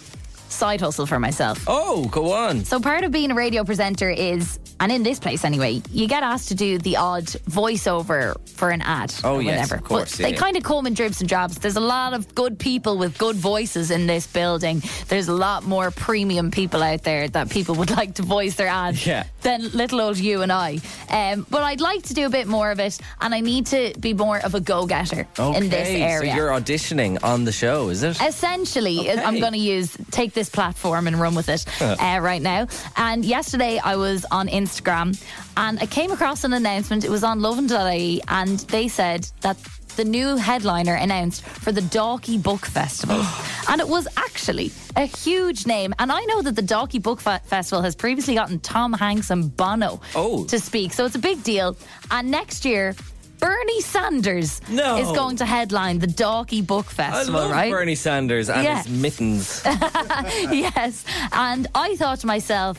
S4: side hustle for myself.
S3: Oh, go on.
S4: So part of being a radio presenter is, and in this place anyway, you get asked to do the odd voiceover for an ad.
S3: Oh,
S4: or
S3: yes,
S4: whatever.
S3: of course,
S4: But
S3: yeah,
S4: they
S3: yeah.
S4: kind of come in dribs and drabs. There's a lot of good people with good voices in this building. There's a lot more premium people out there that people would like to voice their ads
S3: Yeah.
S4: than little old you and I. Um, but I'd like to do a bit more of it, and I need to be more of a go-getter in this
S3: Okay,
S4: area.
S3: so you're auditioning on the show, is it?
S4: Essentially,
S3: Okay.
S4: I'm going to use take this this platform and run with it uh, right now. And yesterday I was on Instagram and I came across an announcement. It was on loveand.ie and they said that the new headliner announced for the Dalkey Book Festival. and it was actually a huge name. And I know that the Dalkey Book Fe- Festival has previously gotten Tom Hanks and Bono
S3: Oh.
S4: to speak. So it's a big deal. And next year, Bernie Sanders
S3: No.
S4: is going to headline the Dalkey Book
S3: I
S4: Festival,
S3: love
S4: right?
S3: Bernie Sanders and
S4: Yeah.
S3: his mittens.
S4: yes. And I thought to myself,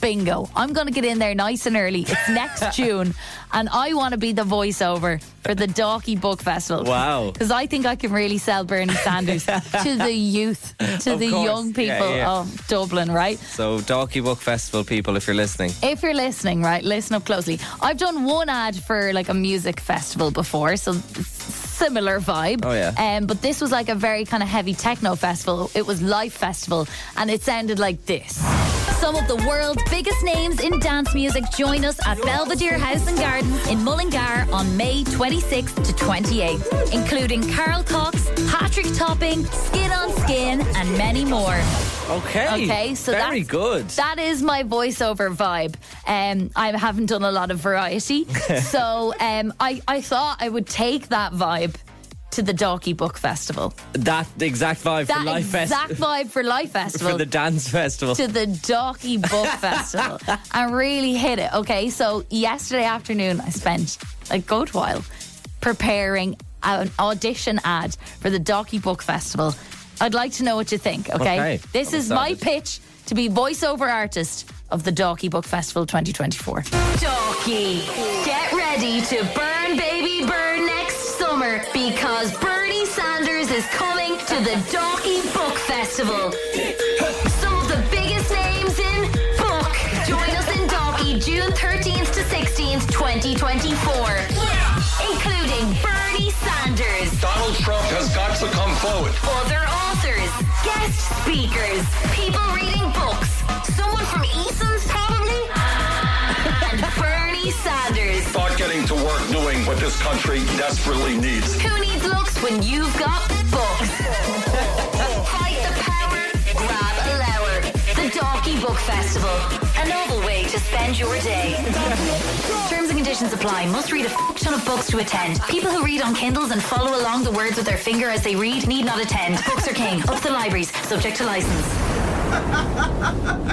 S4: bingo, I'm going to get in there nice and early. It's next June. And I want to be the voiceover for the Dalkey Book Festival.
S3: Wow.
S4: Because I think I can really sell Bernie Sanders to the youth, to
S3: Of
S4: the
S3: course.
S4: young people
S3: Yeah, yeah.
S4: of Dublin, right?
S3: So, Donkey Book Festival people, if you're listening,
S4: If you're listening, right, listen up closely. I've done one ad for like a music festival before, so s- similar vibe.
S3: Oh, yeah.
S4: Um, but this was like a very kind of heavy techno festival. It was live festival, and it sounded like this. Some of the world's biggest names in dance music join us at Belvedere House and Gardens in Mullingar on May 26th to 28th, including Carl Cox, Patrick Topping, Skin on Skin, and many more.
S3: okay,
S4: Okay, so
S3: very
S4: that's,
S3: good.
S4: That is my voiceover vibe. Um, I haven't done a lot of variety, so um, I I thought I would take that vibe to the Donkey Book Festival.
S3: That exact vibe
S4: That
S3: for Life Fest,
S4: exact vibe for Life Festival.
S3: for the dance festival.
S4: to the Donkey Book Festival and really hit it. Okay, so yesterday afternoon I spent a good while preparing an audition ad for the Donkey Book Festival. I'd like to know what you think. Okay,
S3: Okay,
S4: this
S3: I'm
S4: is my
S3: excited.
S4: pitch to be voiceover artist of the Donkey Book Festival 2024.
S2: Donkey. Get ready to burn, baby, burn next summer because Bernie Sanders is coming to the Donkey Book Festival. Some of the biggest names in book. Join us in Donkey June 13th to 16th, 2024. Including Bernie Sanders.
S1: Donald Trump has got to come forward.
S2: Other authors, guest speakers, people reading books, someone from Eason's probably, and Bernie Sanders.
S1: Start getting to work doing what this country desperately needs.
S2: Who needs looks when you've got books? Fight the power, grab a lower. The Donkey Book Festival. A noble way to spend your day. Terms and conditions apply. Must read a f- ton of books to attend. People who read on Kindles and follow along the words with their finger as they read need not attend. Books are king. Up the libraries. Subject to license.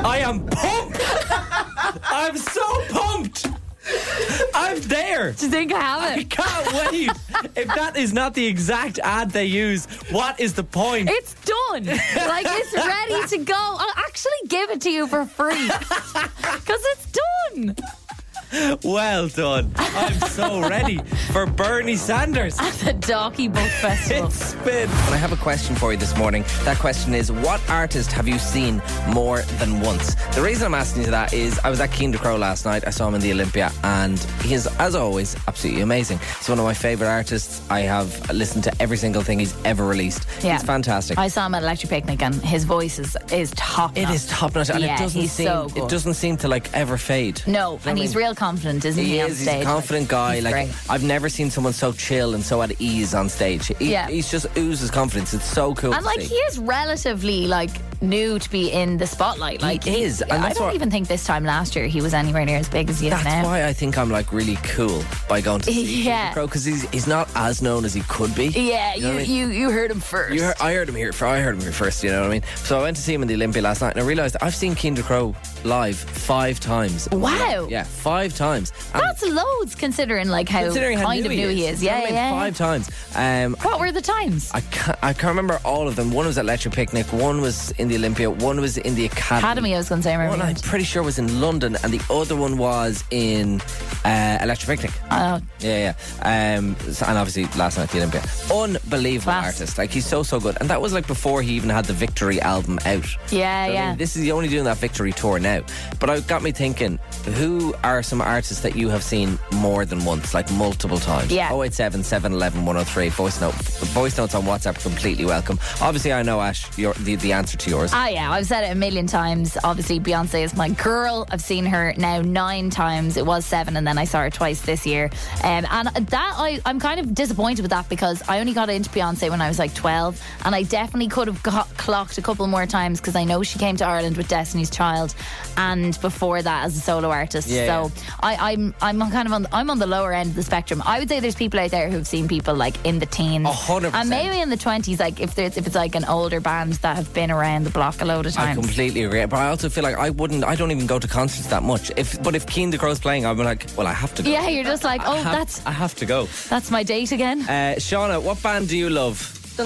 S3: I am pumped. I'm so pumped. I'm there.
S4: Do you think I have
S3: I
S4: it?
S3: can't wait. if that is not the exact ad they use, what is the point?
S4: It's done. Like it's ready to go. I'll actually give it to you for free because it's done.
S3: Well done. I'm so ready for Bernie Sanders.
S4: The Donkey Book Festival.
S3: It's spin. And I have a question for you this morning. That question is what artist have you seen more than once? The reason I'm asking you that is I was at Keen to Crow last night. I saw him in the Olympia and he is, as always, absolutely amazing. He's one of my favourite artists. I have listened to every single thing he's ever released.
S4: Yeah.
S3: He's fantastic.
S4: I saw him at Electric Picnic, and his voice is, is top.
S3: it is top notch and
S4: Yeah,
S3: it doesn't
S4: he's
S3: seem
S4: so good.
S3: it doesn't seem to like ever fade.
S4: No,
S3: I
S4: and he's
S3: mean?
S4: real confident, isn't he?
S3: He
S4: on
S3: is.
S4: stage?
S3: He's a confident guy.
S4: he's
S3: like
S4: great.
S3: I've never seen someone so chill and so at ease on stage. He,
S4: Yeah.
S3: he's just oozes confidence. It's so cool.
S4: and
S3: to
S4: like
S3: see.
S4: he is relatively like new to be in the spotlight. Like
S3: is, and
S4: I
S3: that's
S4: don't
S3: what-
S4: even think this time last year he was anywhere near as big as he is
S3: That's
S4: now.
S3: why I think I'm like really cool by going to see
S4: Yeah.
S3: because he's he's not as known as he could be.
S4: yeah,
S3: know
S4: you,
S3: what I mean?
S4: you you heard him first.
S3: You heard, I heard him here. For I heard him here first. You know what I mean. So I went to see him in the Olympia last night, and I realised I've seen Kinder Crow live five times.
S4: wow,
S3: Yeah, five times. And
S4: that's loads considering like how
S3: um, considering how
S4: kind of new he is.
S3: you know
S4: Yeah,
S3: what I mean?
S4: yeah.
S3: Five times. Um,
S4: What were the times?
S3: I can't, I can't remember all of them. One was at Lecture Picnic, one was in the Olympia, one was in the Academy.
S4: Academy, I was going to say. I
S3: One
S4: remember.
S3: I'm pretty sure was in London, and the other one was in uh, Electric Picnic.
S4: Oh,
S3: Yeah, yeah. Um, so- and obviously last night at the Olympia. Unbelievable
S4: Class.
S3: artist. Like, he's so, so good. And that was like before he even had the Victory album out.
S4: yeah,
S3: I mean,
S4: yeah.
S3: this is the only doing that Victory tour now. But it got me thinking, who are some artists that you have seen more than once, like multiple times?
S4: Yeah.
S3: 087 711 103. Voice, note, voice notes on WhatsApp completely welcome. Obviously, I know, Ash, your, the, the answer to yours.
S4: Ah, yeah, I've said it a million times. Obviously, Beyonce is my girl. I've seen her now nine times. It was seven, and then I saw her twice this year. Um, and that I, I'm kind of disappointed with that because I only got into Beyonce when I was like 12, and I definitely could have got clocked a couple more times because I know she came to Ireland with Destiny's Child, and before that as a solo artist.
S3: Yeah,
S4: so I, I'm I'm kind of on I'm on the lower end of the spectrum. I would say there's people out there who've seen people like in the teens,
S3: A hundred percent.
S4: and maybe in the 20s. Like if there's if it's like an older band that have been around the block a load of
S3: I
S4: times.
S3: completely agree, but I also feel like I wouldn't. I don't even go to concerts that much. If but if Keen the Crow's playing, I'm like, well, I have to go.
S4: Yeah, you're just like, oh,
S3: I have,
S4: that's
S3: I have to go.
S4: that's my date again.
S3: Uh, Shauna, what band do you love?
S8: The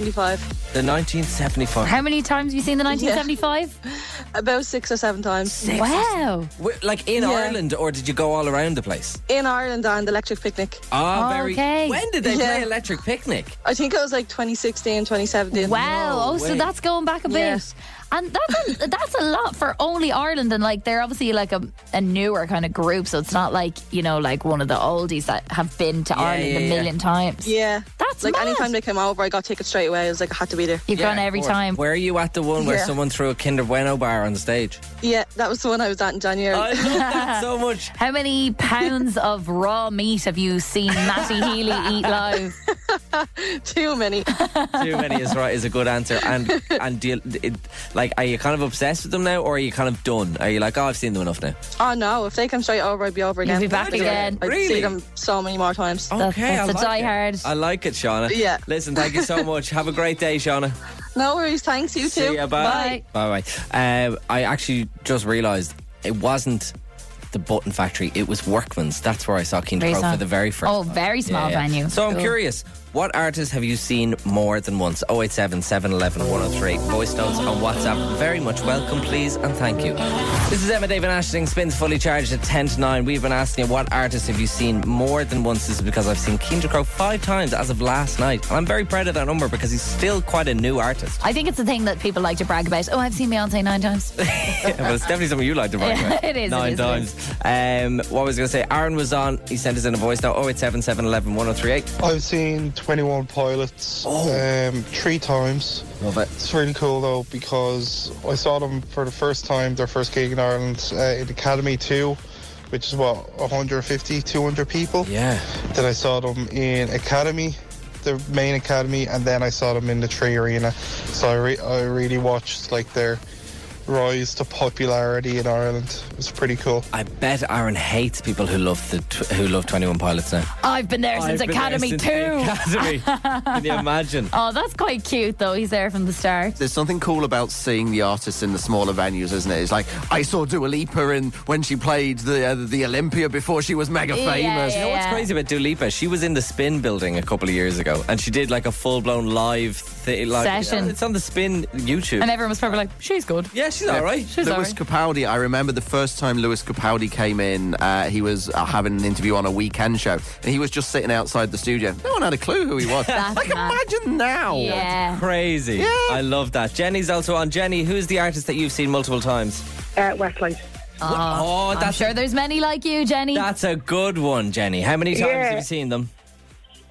S8: 1975.
S3: The 1974.
S4: How many times have you seen the 1975?
S8: About six or seven times.
S4: Wow.
S3: Wh- Like in
S8: Yeah.
S3: Ireland, or did you go all around the place?
S8: In Ireland and Electric Picnic.
S3: Ah,
S4: Oh,
S3: very.
S4: okay.
S3: When did they play
S8: Yeah.
S3: Electric Picnic?
S8: I think it was like 2016, 2017.
S4: Wow. oh, so
S3: way.
S4: that's going back a bit.
S8: Yeah.
S4: And that's a, that's a lot for only Ireland. And like, they're obviously like a, a newer kind of group. So it's not like, you know, like one of the oldies that have been to Ireland
S3: yeah,
S4: a
S3: yeah.
S4: million times.
S8: Yeah.
S4: That's
S8: like
S4: mad.
S8: anytime they came over, I got tickets straight away. I was like, I had to be there.
S4: You've gone
S3: Yeah, of
S4: every
S3: course.
S4: time.
S3: Where are you at the one where
S8: Yeah.
S3: someone threw a Kinder Bueno bar on the stage?
S8: Yeah, that was the one I was at in January.
S3: I love that so much.
S4: How many pounds of raw meat have you seen Matty Healy eat live?
S8: Too many.
S3: Too many is right is a good answer. And and do you, it, like, are you kind of obsessed with them now, or are you kind of done? Are you like, oh, I've seen them enough now?
S8: oh no, if they come straight over, I'd be over
S4: You'll
S8: again.
S4: be back again.
S8: I'd
S3: Really?
S8: see them so many more times.
S4: That's- that's a
S3: it.
S4: diehard.
S3: I like it, Shauna.
S8: Yeah.
S3: Listen, thank you so much. Have a great day, Shauna.
S8: No worries. Thanks. You too.
S3: See ya. Bye. Bye. Bye. Um, I actually just realised it wasn't the Button Factory. It was Workman's. That's where I saw Keen
S4: Very
S3: Crow
S4: small.
S3: for the very first.
S4: Oh,
S3: time.
S4: very small venue.
S3: So I'm
S4: Cool.
S3: curious. What artists have you seen more than once? 087 711 103. Voice notes on WhatsApp. Very much welcome, please, and thank you. This is Emma David Ashling, spins fully charged at 10 to 9. We've been asking you, what artists have you seen more than once? This is because I've seen Keen Crow five times as of last night. And I'm very proud of that number because he's still quite a new artist.
S4: I think it's a thing that people like to brag about. Oh, I've seen Beyonce nine times.
S3: Yeah, but it's definitely something you like to brag about.
S4: It is, it
S3: Nine
S4: is, it
S3: times. Um, what was I going to say? Aaron was on. He sent us in a voice oh now 087 711 1038.
S10: I've seen 21 Pilots
S8: Oh.
S10: um, three times.
S3: Love it.
S10: It's really cool though because I saw them for the first time, their first gig in Ireland uh, in Academy 2, which is what, 150, 200 people.
S3: Yeah.
S10: Then I saw them in Academy, the main Academy, and then I saw them in the Tree Arena. So I, re- I really watched like their rise to popularity in Ireland. It was pretty cool.
S3: I bet Aaron hates people who love the tw- who love 21 Pilots now.
S4: I've been there since Academy
S3: Since
S4: 2.
S3: the Academy. Can you imagine?
S4: Oh, that's quite cute though. He's there from the start.
S11: There's something cool about seeing the artists in the smaller venues, isn't it? It's like I saw Dua Lipa in when she played the uh, the Olympia before she was mega
S4: Yeah,
S11: famous.
S4: yeah,
S3: You know Oh, what's
S4: yeah.
S3: crazy about Dua Lipa? She was in the Spin building a couple of years ago and she did like a full blown live thi- like, uh,
S4: Session.
S3: It's on the Spin YouTube.
S4: And everyone was probably like, she's good.
S3: yeah, she's all right.
S4: She's all
S11: Lewis
S4: right.
S11: Capaldi, I remember the first time Lewis Capaldi came in, uh, he was uh, having an interview on a weekend show, and he was just sitting outside the studio. No one had a clue who he was.
S4: That's
S11: like,
S4: mad.
S11: imagine now.
S4: Oh, Yeah.
S3: Crazy.
S11: Yeah.
S3: I love that. Jenny's also on. Jenny, who's the artist that you've seen multiple times?
S8: Uh, Westlight.
S3: Oh,
S4: I'm sure there's many like you, Jenny.
S3: That's a good one, Jenny. How many times
S8: Yeah.
S3: have you seen them?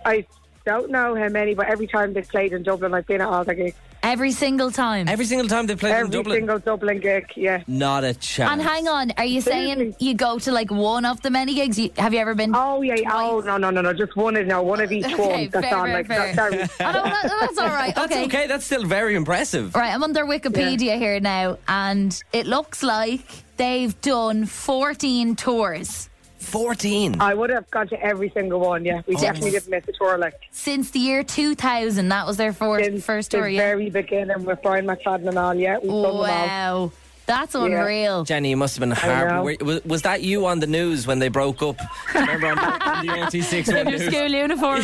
S8: I don't know how many, but every time they've played in Dublin, I've been at all their gigs.
S4: Every single time.
S3: Every single time they played in
S8: Every
S3: Dublin.
S8: single Dublin gig, yeah.
S3: Not a chance.
S4: and hang on, are you saying
S8: Seriously.
S4: you go to like one of the many gigs? You, have you ever been?
S8: Oh yeah. Oh no no no no. Just one is no one of each
S4: Okay,
S8: one. That's
S4: fair,
S8: on
S4: fair,
S8: like
S4: fair.
S8: that's
S4: Oh, no, that- that's all right.
S3: That's okay. Uh, That's still very impressive.
S4: Right, I'm on their Wikipedia here now, and it looks like they've done 14 tours
S3: 14.
S8: I would have gone to every single one. Yeah, we definitely didn't miss a tour. Like
S4: since the year 2000. That was their fourth,
S8: since
S4: first
S8: the
S4: tour. yeah.
S8: very beginning with Brian McFadden and all. Yeah, we've done them all.
S4: Wow. That's unreal.
S3: Jenny, you must have been
S8: know.
S3: hard. Was, was that you on the news when they broke up? Remember on, on the NT6
S4: In your
S3: news?
S4: school uniform.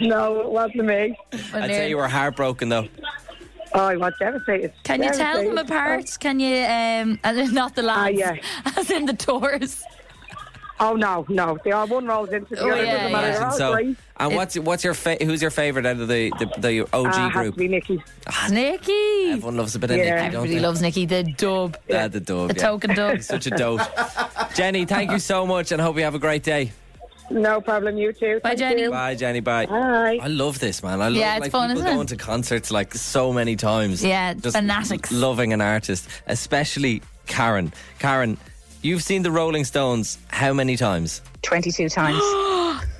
S8: No, it wasn't me.
S3: I'd say you were heartbroken though.
S8: Oh, I was devastated.
S4: Can you tell them
S8: Devastated.
S4: apart? Can you, um, and not the lads,
S8: yeah.
S4: as in the tours?
S8: Oh no, no, they all one rolls into the
S4: Oh,
S8: other.
S4: yeah,
S8: doesn't matter.
S4: yeah.
S8: They're all
S3: so,
S8: great.
S3: and what's what's your fa- who's your favourite out of the the, the OG
S8: Ah, has to
S3: group?
S8: be Nikki.
S4: Nikki.
S3: Everyone loves a bit of
S4: Yeah.
S3: Nicky. don't
S4: Everybody
S3: they?
S4: loves Nikki, the dub.
S3: Ah, the dog.
S4: The token dog.
S3: Such a dope. Jenny, thank you so much, and hope you have a great day.
S8: No problem. You too. Bye, Jenny.
S3: Bye, Jenny. Bye.
S8: Bye.
S3: I love this, man. I love
S4: Yeah, it's
S3: like,
S4: fun,
S3: people
S4: isn't it?
S3: going to concerts like so many times.
S4: Yeah, fanatics.
S3: l- Loving an artist, especially Karen. Karen, you've seen the Rolling Stones how many times?
S12: 22 times.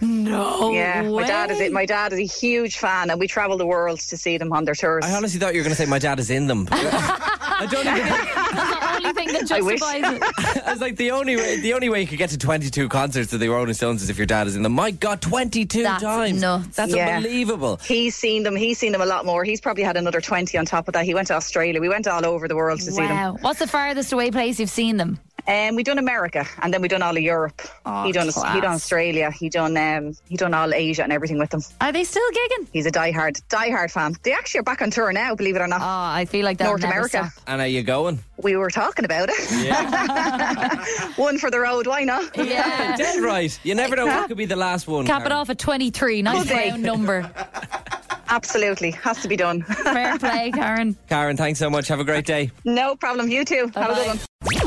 S4: no.
S12: Yeah, my dad is
S4: way.
S12: it. My dad is a huge fan, and we travel the world to see them on their tours.
S3: I honestly thought you were going to say my dad is in them. I don't even.
S4: the only thing that
S12: I wish.
S4: justifies it.
S3: I was like the only way, the only way you could get to 22 concerts of the Rolling Stones is if your dad is in them. My God, 22
S12: That's
S3: times.
S12: nuts.
S3: That's
S12: Yeah.
S3: unbelievable.
S12: He's seen them. He's seen them a lot more. He's probably had another twenty on top of that. He went to Australia. We went all over the world to see them.
S4: Wow. What's the farthest away place you've seen them?
S12: And we done America, and then we done all of Europe.
S4: Oh,
S12: he done
S4: class.
S12: he done Australia. He done um, he done all Asia and everything with them.
S4: Are they still gigging?
S12: He's a diehard diehard fan. They actually are back on tour now. Believe it or not. Oh,
S4: Ah, I feel like
S12: North America.
S3: And are you going?
S12: We were talking about it. One for the road. Why not?
S4: Yeah.
S3: Dead right. You never know what could be the last one.
S4: Cap it
S3: Karen.
S4: off at 23. Nice
S12: Good day.
S4: round number.
S12: Absolutely, has to be done.
S4: Fair play, Karen.
S3: Karen, thanks so much. Have a great day.
S12: No problem. You too. Have a good one.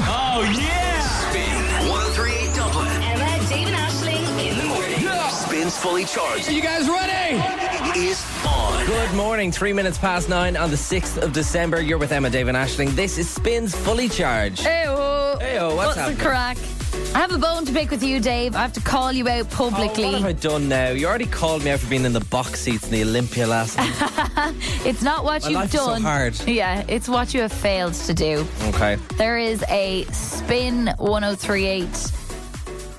S1: Oh, yeah! Spin 1038 Dublin.
S2: Emma, David Ashling in the morning.
S1: Spins fully charged.
S2: Are you guys ready?
S1: Is on.
S3: Good morning. Three minutes past nine on the 6th of December. You're with Emma, Dave, and Ashling. This is Spins Fully Charged.
S4: Heyo.
S3: Heyo, what's happening?
S4: the crack? I have a bone to pick with you, Dave. I have to call you out
S3: Oh, What
S4: publicly.
S3: have I done now? You already called me out for being in the box seats in the Olympia last night.
S4: it's not what
S3: My
S4: you've
S3: life is so
S4: done.
S3: hard.
S4: Yeah, it's what you have failed to do.
S3: Okay.
S4: There is a spin 1038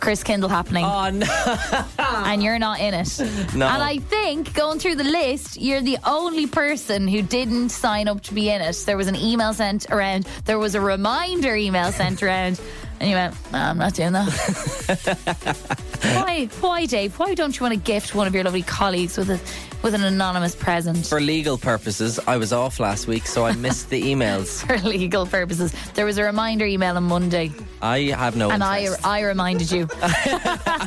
S4: Chris Kindle happening.
S3: Oh, no.
S4: and you're not in it.
S3: No.
S4: And I think going through the list, you're the only person who didn't sign up to be in it. There was an email sent around, there was a reminder email sent around, and you went, "No, I'm not doing that. why, why, Dave? Why don't you want to gift one of your lovely colleagues with a with an anonymous present?
S3: For legal purposes, I was off last week, so I missed the emails.
S4: For legal purposes, there was a reminder email on Monday,
S3: I have no
S4: and I,
S3: interest.
S4: I reminded you.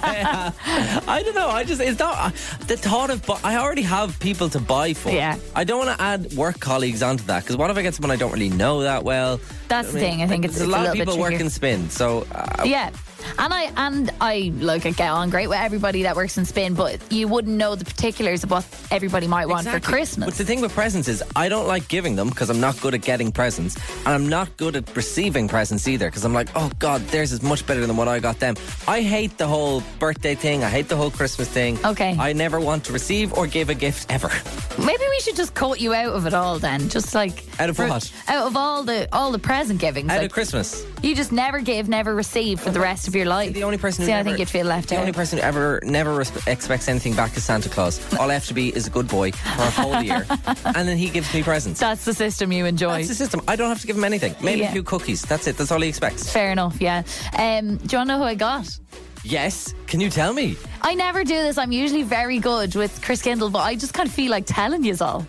S3: I don't know. I just it's not uh, the thought of. But I already have people to buy for.
S4: Yeah.
S3: I don't want to add work colleagues onto that because what if I get someone I don't really know that well?
S4: That's the thing. I think it's,
S3: There's
S4: it's
S3: a lot of
S4: little bit
S3: people
S4: trickier.
S3: working spin, so uh,
S4: Yeah. And I and I look I get on great with everybody that works in spin, but you wouldn't know the particulars of what everybody might want for
S3: Exactly.
S4: Christmas.
S3: But the thing with presents is, I don't like giving them because I'm not good at getting presents, and I'm not good at receiving presents either because I'm like, oh god, theirs is much better than what I got them. I hate the whole birthday thing. I hate the whole Christmas thing.
S4: Okay.
S3: I never want to receive or give a gift ever.
S4: Maybe we should just cut you out of it all then. Just like
S3: Out of what?
S4: Out of all the all the present givings.
S3: Out
S4: like,
S3: of Christmas.
S4: you just never give, never receive for the rest of your life.
S3: The only person.
S4: See,
S3: who
S4: I think
S3: never-
S4: you'd feel left
S3: The
S4: out.
S3: only person who ever never resp- expects anything back is Santa Claus. All I have to be is a good boy for a whole year, and then he gives me presents.
S4: That's the system you enjoy.
S3: That's the system. I don't have to give him anything. Maybe
S4: Yeah.
S3: a few cookies. That's it. That's all he expects.
S4: Fair enough, yeah. Um, do you want to know who I got?
S3: Yes. Can you tell me?
S4: I never do this. I'm usually very good with Chris Kindle, but I just kind of feel like telling you all.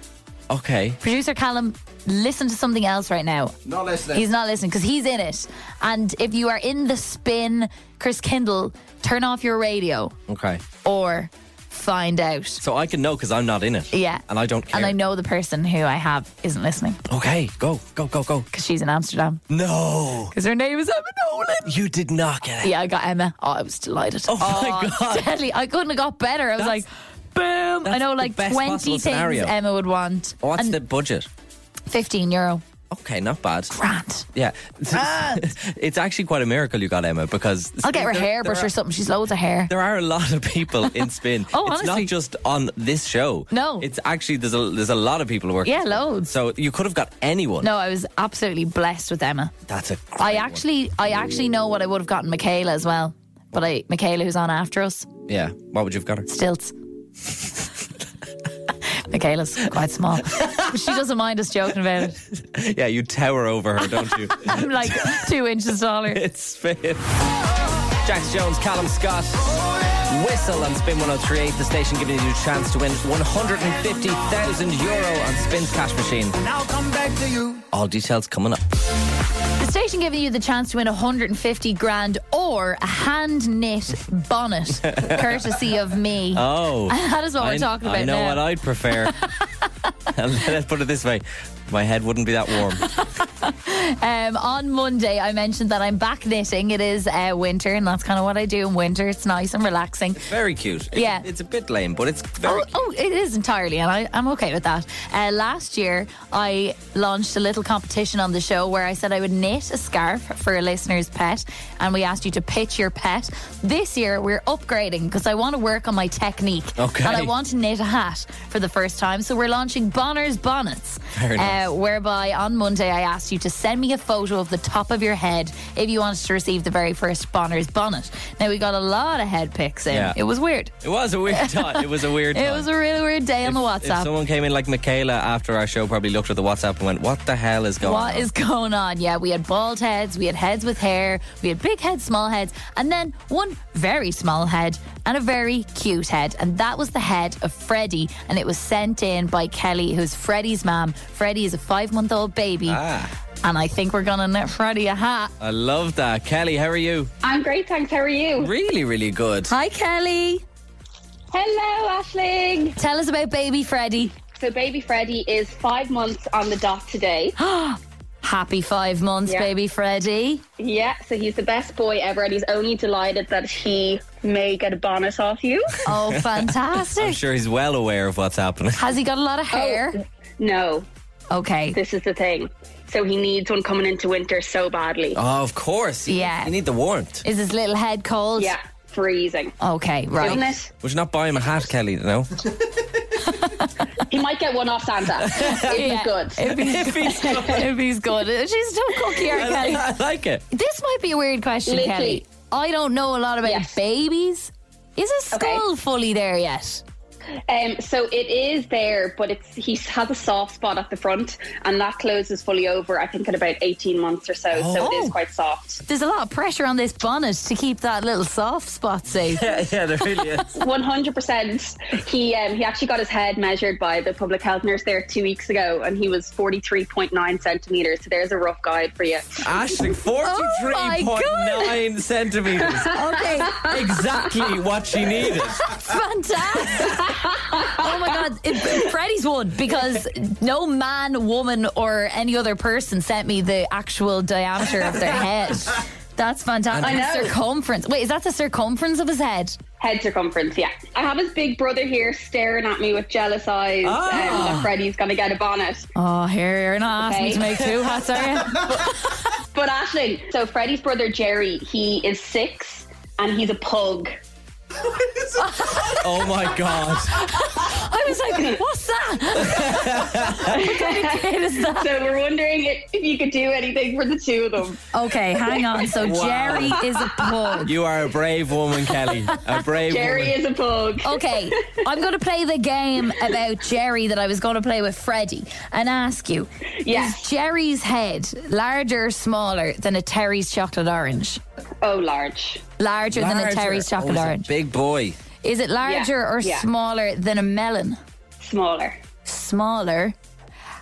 S3: Okay.
S4: Producer Callum, listen to something else right now.
S11: Not listening.
S4: He's not listening because he's in it. And if you are in the spin, Chris Kindle, turn off your radio
S3: Okay.
S4: or find out.
S3: So I can know because I'm not in it.
S4: Yeah.
S3: And I don't care.
S4: And I know the person who I have isn't listening
S3: Okay. Go. Go. Go. Go.
S4: because she's in Amsterdam.
S3: No.
S4: Because her name is Emma Nolan.
S3: You did not get it.
S4: Yeah, I got Emma. Oh, I was delighted.
S3: Oh, my
S4: I was
S3: God.
S4: Deadly. I couldn't have got better. I was like, boom. I
S3: that's
S4: know
S3: the
S4: like
S3: best
S4: 20
S3: possible
S4: things
S3: scenario.
S4: Emma would want.
S3: What's
S4: and
S3: the budget?
S4: 15 euro.
S3: Okay, not bad.
S4: Grant.
S3: Yeah. it's actually quite a miracle you got Emma because
S4: I'll get her
S3: There-
S4: hair
S3: there
S4: brush
S3: are-
S4: or something. She's loads of hair.
S3: There are a lot of people in spin.
S4: Oh,
S3: it's
S4: honestly.
S3: not just on this show.
S4: No.
S3: it's actually there's a there's a lot of people working.
S4: Yeah,
S3: in Spin.
S4: loads.
S3: So you could have got anyone.
S4: No, I was absolutely blessed with Emma.
S3: that's a. Great
S4: I actually, I actually know what I would have gotten Michaela as well. But I, Michaela, who's on after us,
S3: one. yeah. What would you have got her?
S4: stilts. Michaela's quite small. But she doesn't mind us joking about it.
S3: Yeah, you tower over her, don't you?
S4: I'm like two inches taller.
S3: it's spin. Jax Jones, Callum Scott. Whistle on Spin 1038, the station giving you a chance to win 150,000 euro on Spin's cash machine.
S13: Now come back to you.
S3: All details coming up.
S4: This The station giving you the chance to win 150 grand or a hand knit bonnet, courtesy of me.
S3: Oh,
S4: that is what
S3: I-
S4: we're talking about
S3: I know
S4: now.
S3: what I'd prefer. Let's put it this way: my head wouldn't be that warm.
S4: Um, on Monday, I mentioned that I'm back knitting. It is uh, winter, and that's kind of what I do in winter. It's nice and relaxing.
S3: Very cute. It's-
S4: Yeah.
S3: it's a bit lame, but it's very.
S4: Oh, it is entirely, and I, I'm okay with that. Uh, last year, I launched a little competition on the show where I said I would knit a scarf for a listener's pet, and we asked you to pitch your pet. This year, we're upgrading because I want to work on my technique,
S13: Okay.
S4: and I want to knit a hat for the first time. So we're launching Bonner's bonnets,
S13: Very nice.
S4: uh, whereby on Monday I asked you to send me a photo of the top of your head if you wanted to receive the very first Bonner's bonnet. Now we got a lot of head pics in.
S3: Yeah.
S4: It was weird.
S3: It was a weird time. It was a weird.
S4: It
S3: time.
S4: was a really weird day on the
S3: If
S4: WhatsApp.
S3: someone came in like Michaela after our show, probably looked at the WhatsApp and went, "What the hell is going
S4: What
S3: on?"
S4: is going on? Yeah, we had bald heads, we had heads with hair, we had big heads, small heads, and then one very small head and a very cute head. And that was the head of Freddie, and it was sent in by Kelly, who's Freddie's mom. Freddie is a five month old baby.
S3: Ah.
S4: And I think we're going to knit Freddie a hat.
S3: I love that, Kelly. How are you?
S13: I'm great, thanks. How are you?
S3: Really, really good.
S4: Hi, Kelly.
S13: Hello, Ashling.
S4: Tell us about baby Freddie.
S13: So, baby Freddie is five months on the dot today.
S4: Happy five months,
S13: Yeah.
S4: baby Freddie.
S13: yeah, so he's the best boy ever, and he's only delighted that he may get a bonus off you.
S4: Oh, fantastic.
S3: I'm sure he's well aware of what's happening.
S4: Has he got a lot of hair?
S13: no.
S4: Okay.
S13: This is the thing. So, he needs one coming into winter so badly.
S3: Oh, of course. You-
S13: Yeah.
S3: You need the warmth.
S4: Is his little head cold?
S13: Yeah, freezing.
S4: Okay,
S13: right.
S3: Would you not buy him a hat, Kelly? No.
S13: He might get one off Santa. It'd be good.
S4: It'd be
S13: If he's
S4: good. It'd be good. She's so cookie,
S3: I,
S4: Kelly.
S3: li- I like it.
S4: This might be a weird question,
S13: Literally.
S4: Kelly. I don't know a lot about babies. Is his skull fully there yet?
S13: Um, so it is there, but it's he has a soft spot at the front, and that closes fully over. I think at about eighteen months or so, so it
S4: Oh.
S13: is quite soft.
S4: There's a lot of pressure on this bonnet to keep that little soft spot safe.
S3: yeah, there really is.
S13: One hundred percent. He um, he actually got his head measured by the public health nurse there two weeks ago, and he was forty three point nine centimeters. So there's a rough guide for you.
S3: Ashling,
S4: Oh
S3: 43.9 centimetres.
S13: Okay.
S3: Exactly what she needed.
S4: Fantastic! oh my god, it, Freddie's one because no man, woman, or any other person sent me the actual diameter of their head. That's fantastic.
S13: I know.
S4: The Circumference. Wait, is that the circumference of his head?
S13: Head circumference, yeah. I have his big brother here staring at me with jealous eyes, um,
S4: Ah.
S13: that Freddie's gonna get a bonnet.
S4: Oh, here you're not asking me
S13: Okay.
S4: to make two hats, are you?
S13: But Ashley, so Freddie's brother Jerry, he is six and he's a pug.
S3: Oh my god.
S4: I was like, what's that? What kind of kid is that?
S13: So we're wondering if if you could do anything for the two of them.
S4: Okay, hang on. So
S3: Wow.
S4: Jerry is a pug.
S3: You are a brave woman, Kelly. A brave woman.
S13: a pug.
S4: Okay, I'm going to play the game about Jerry that I was going to play with Freddie and ask you Is Jerry's head larger or smaller than a Terry's chocolate orange?
S13: Oh, large.
S4: Larger, than a Terry's chocolate
S3: Oh, he's a
S4: orange.
S3: Big boy.
S4: Is it larger
S13: Yeah,
S4: or
S13: yeah.
S4: smaller than a melon?
S13: Smaller.
S4: Smaller.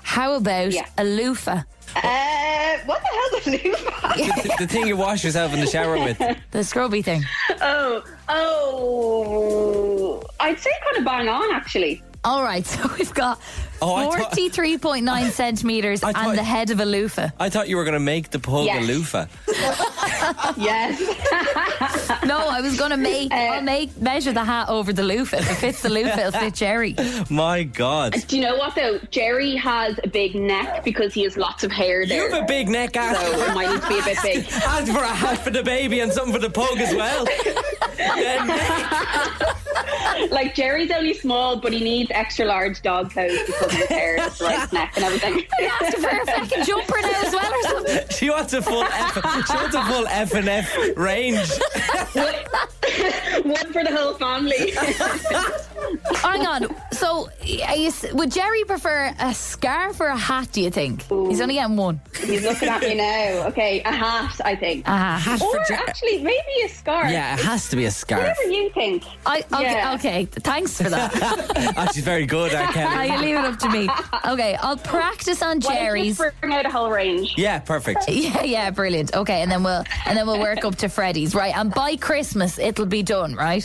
S4: How about a loofah?
S13: Uh, what the hell's a
S3: The, the thing you wash yourself in the shower with.
S4: The scrubby thing.
S13: Oh, oh. I'd say kind of bang on, actually.
S4: All right, so we've got
S3: Oh, I thought-
S4: 43.9 centimetres and the head of a loofah.
S3: I thought you were going to make the pug
S4: Yes.
S3: a loofah.
S13: yes.
S4: no, I was going to
S3: Uh,
S4: make, I'll make measure the hat over the loofah. If it fits the loofah, it'll fit Jerry.
S3: My god.
S13: Do you know what, though? Jerry has a big neck because he has lots of hair there.
S3: You have a big neck, Ash.
S13: So it might need to be a bit big.
S3: Ask for a hat for the baby and something for the pug as well.
S13: like Jerry's only small, but he needs extra large dog clothes because of his hair, his right neck, and everything.
S4: I asked for a fucking jumper now as well or something.
S3: She wants a full F. She wants a full F and F range.
S13: One for the whole family.
S4: Hang on. So, are you, s- would Jerry prefer a scarf or a hat? Do you think he's only getting one?
S13: He's looking at me now. Okay, a hat, I think.
S4: A hat
S13: or
S4: for Jer-
S13: actually, maybe a scarf.
S3: Yeah, it has to be a scarf.
S13: Whatever you think.
S4: I, okay,
S13: Yeah.
S4: okay. Thanks for that.
S3: oh, she's very good at
S4: Now
S3: Kelly.
S4: you leave it up to me. Okay, I'll practice on
S13: Why don't you
S4: Jerry's.
S13: Bring out a whole range.
S3: Yeah, perfect.
S4: Yeah, yeah, brilliant. Okay, and then we'll and then we'll work up to Freddy's, right? And by Christmas, it'll be done, right?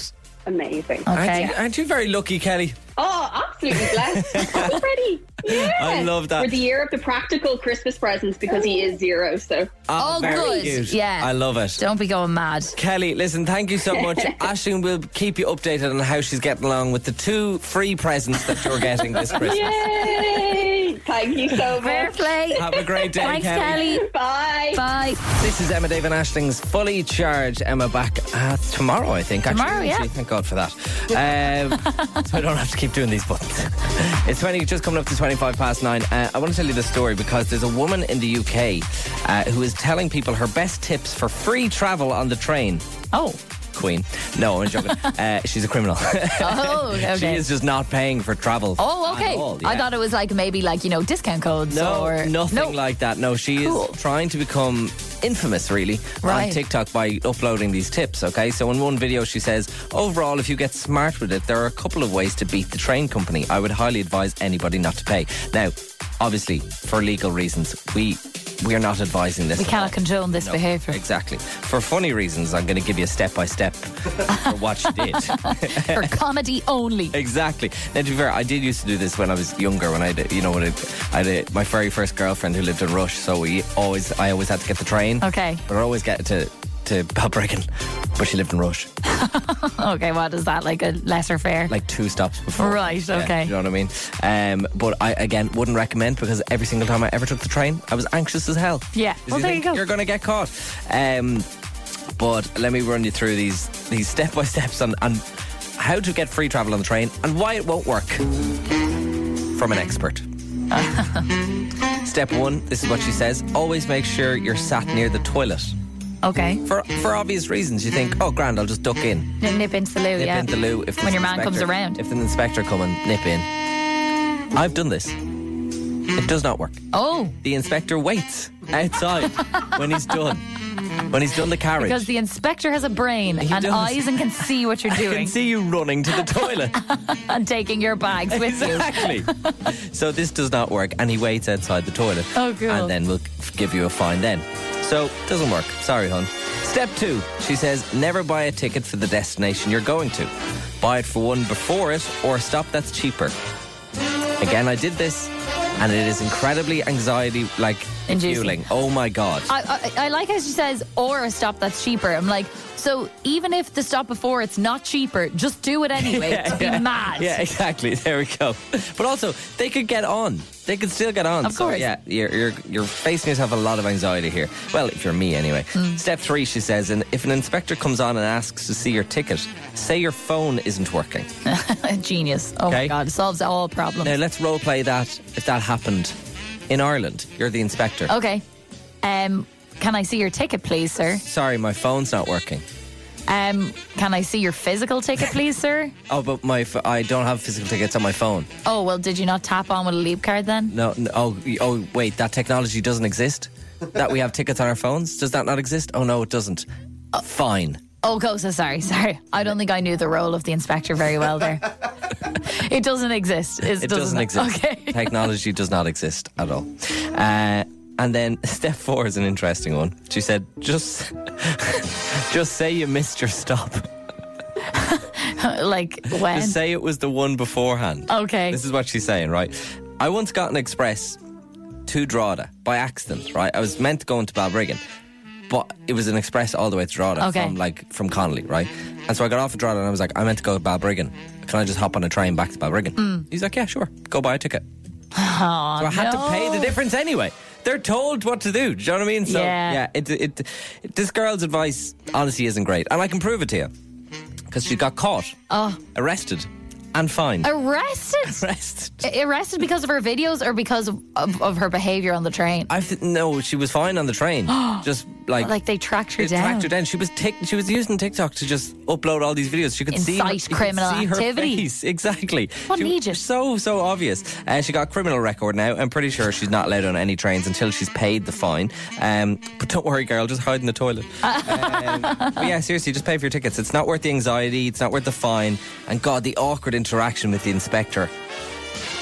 S13: Amazing.
S4: Okay.
S3: Aren't, you, aren't you very lucky, Kelly?
S13: Oh, absolutely blessed. Already. Yeah.
S3: I love that.
S13: For the year of the practical Christmas presents because he is zero, so.
S3: Oh, very cute. I love it.
S4: Don't be going mad.
S3: Kelly, listen, thank you so much. Ashling will keep you updated on how she's getting along with the two free presents that you're getting this Christmas.
S13: Yay! Thank you so much.
S4: Fair play.
S3: Have a great day,
S4: Thanks, Kelly.
S13: Bye.
S4: Bye.
S3: This is Emma David Ashling's Fully Charged. Emma back uh, tomorrow, I think.
S4: Tomorrow,
S3: actually,
S4: yeah.
S3: Actually, Thank God for that. Um, so I don't have to keep doing these buttons. It's 20, just coming up to 25 past nine. Uh, I want to tell you the story because there's a woman in the UK uh, who is telling people her best tips for free travel on the train.
S4: Oh.
S3: Queen. No, I'm joking. uh, she's a criminal.
S4: Oh,
S3: she
S4: okay.
S3: is just not paying for travel.
S4: Oh,
S3: at
S4: okay.
S3: all,
S4: I
S3: yeah.
S4: thought it was like maybe like you know discount codes
S3: No,
S4: or
S3: nothing like that. No, she is trying to become infamous, really, on
S4: Right.
S3: TikTok by uploading these tips. Okay, so in one video, she says, overall, if you get smart with it, there are a couple of ways to beat the train company. I would highly advise anybody not to pay. Now, obviously, for legal reasons, we we are not advising this.
S4: We
S3: at
S4: cannot
S3: all.
S4: condone this
S3: No,
S4: behaviour.
S3: Exactly. For funny reasons, I'm going to give you a step by step for what she did.
S4: for comedy only.
S3: Exactly. Now, to be fair, I did used to do this when I was younger. When I, had, a- you know, when I, I had a, my very first girlfriend who lived in Rush, so we always, I always had to get the train.
S4: Okay.
S3: But I always get to to Balbriggan, but she lived in Rush,
S4: okay, what is that like a lesser fare?
S3: like two stops before.
S4: Right,
S3: Yeah,
S4: okay.
S3: you know what I mean? Um, but I again wouldn't recommend because every single time I ever took the train, I was anxious as hell.
S4: Yeah.
S3: Because
S4: Well, there
S3: think
S4: you go.
S3: You're going to get caught. Um, but let me run you through these these step by steps on, on how to get free travel on the train and why it won't work from an expert. Step one, this is what she says always make sure you're sat near the toilet.
S4: Okay.
S3: For, for obvious reasons, you think, oh, grand, I'll just duck in.
S4: Then nip into the loo,
S3: Nip
S4: yeah.
S3: in the loo if there's
S4: when your
S3: an
S4: man comes
S3: inspector-
S4: around.
S3: If there's an inspector coming, nip in. I've done this. It does not work.
S4: Oh.
S3: The inspector waits outside when he's done. When he's done the carriage.
S4: Because the inspector has a brain and
S3: does.
S4: eyes and can see what you're
S3: I can
S4: doing
S3: see you running to the toilet.
S4: and taking your bags with you.
S3: exactly. so this does not work, and he waits outside the toilet.
S4: Oh, cool.
S3: And then we'll give you a fine then. So doesn't work. Sorry, hon. Step two, she says, never buy a ticket for the destination you're going to. Buy it for one before it, or a stop that's cheaper. Again, I did this, and it is incredibly anxiety like
S4: Inducing.
S3: fueling. Oh my god.
S4: I, I, I like how she says, or a stop that's cheaper. I'm like, so even if the stop before it's not cheaper, just do it anyway to be mad.
S3: Yeah, exactly. There we go. But also, they could get on. They could still get on.
S4: Of
S3: So,
S4: course.
S3: yeah, you're, you're, you're facing yourself a lot of anxiety here. Well, if you're me anyway.
S4: Hmm.
S3: Step three, she says, and if an inspector comes on and asks to see your ticket, say your phone isn't working.
S4: Genius. Oh
S3: Okay.
S4: my God. Solves all problems.
S3: now, let's role play that if that happened in Ireland. You're the inspector.
S4: Okay. Um, can I see your ticket, please, sir?
S3: Sorry, my phone's not working.
S4: Um, can I see your physical ticket, please, sir?
S3: Oh, but my ph- I don't have physical tickets on my phone.
S4: Oh, well, did you not tap on with a leap card then?
S3: No, no oh, y- oh, wait, that technology doesn't exist? that we have tickets on our phones? Does that not exist? Oh, no, it doesn't. Fine.
S4: Oh, go, so sorry, sorry. I don't think I knew the role of the inspector very well there. it doesn't exist.
S3: It doesn't exist.
S4: Okay.
S3: Technology does not exist at all. Uh, and then step four is an interesting one. She said, "Just, just say you missed your stop.
S4: like, when?
S3: Just say it was the one beforehand."
S4: Okay.
S3: This is what she's saying, right? I once got an express to Drogheda by accident, right? I was meant to go into Balbriggan, but it was an express all the way to Drogheda
S4: Okay.
S3: from like from Connolly, right? And so I got off at Drogheda and I was like, I meant to go to Balbriggan. Can I just hop on a train back to Balbriggan? He's like, Yeah, sure. Go buy a ticket.
S4: Hmm. Aw,
S3: So I had
S4: no.
S3: to pay the difference anyway. They're told what to do. Do you know what I mean? So
S4: Yeah.
S3: it, it, it- this girl's advice honestly isn't great, and I can prove it to you because she got caught,
S4: Oh,
S3: arrested, and fined.
S4: Arrested? Arrested. Arrested because of her videos or because of, of, of her behaviour on the train?
S3: I th- no, she was fine on the train. just like
S4: Like they tracked her
S3: it
S4: down.
S3: tracked her down. She was tick she was using TikTok to just upload all these videos. She could see her,
S4: Incite
S3: she could
S4: criminal
S3: see her
S4: activity.
S3: face. Exactly.
S4: What
S3: She-
S4: an idiot.
S3: So so obvious. Uh, she got a criminal record now. I'm pretty sure she's not allowed on any trains until she's paid the fine. Um, but don't worry, girl. Just hide in the toilet. Um, But yeah, seriously, just pay for your tickets. It's not worth the anxiety. It's not worth the fine. And God, the awkward interaction with the inspector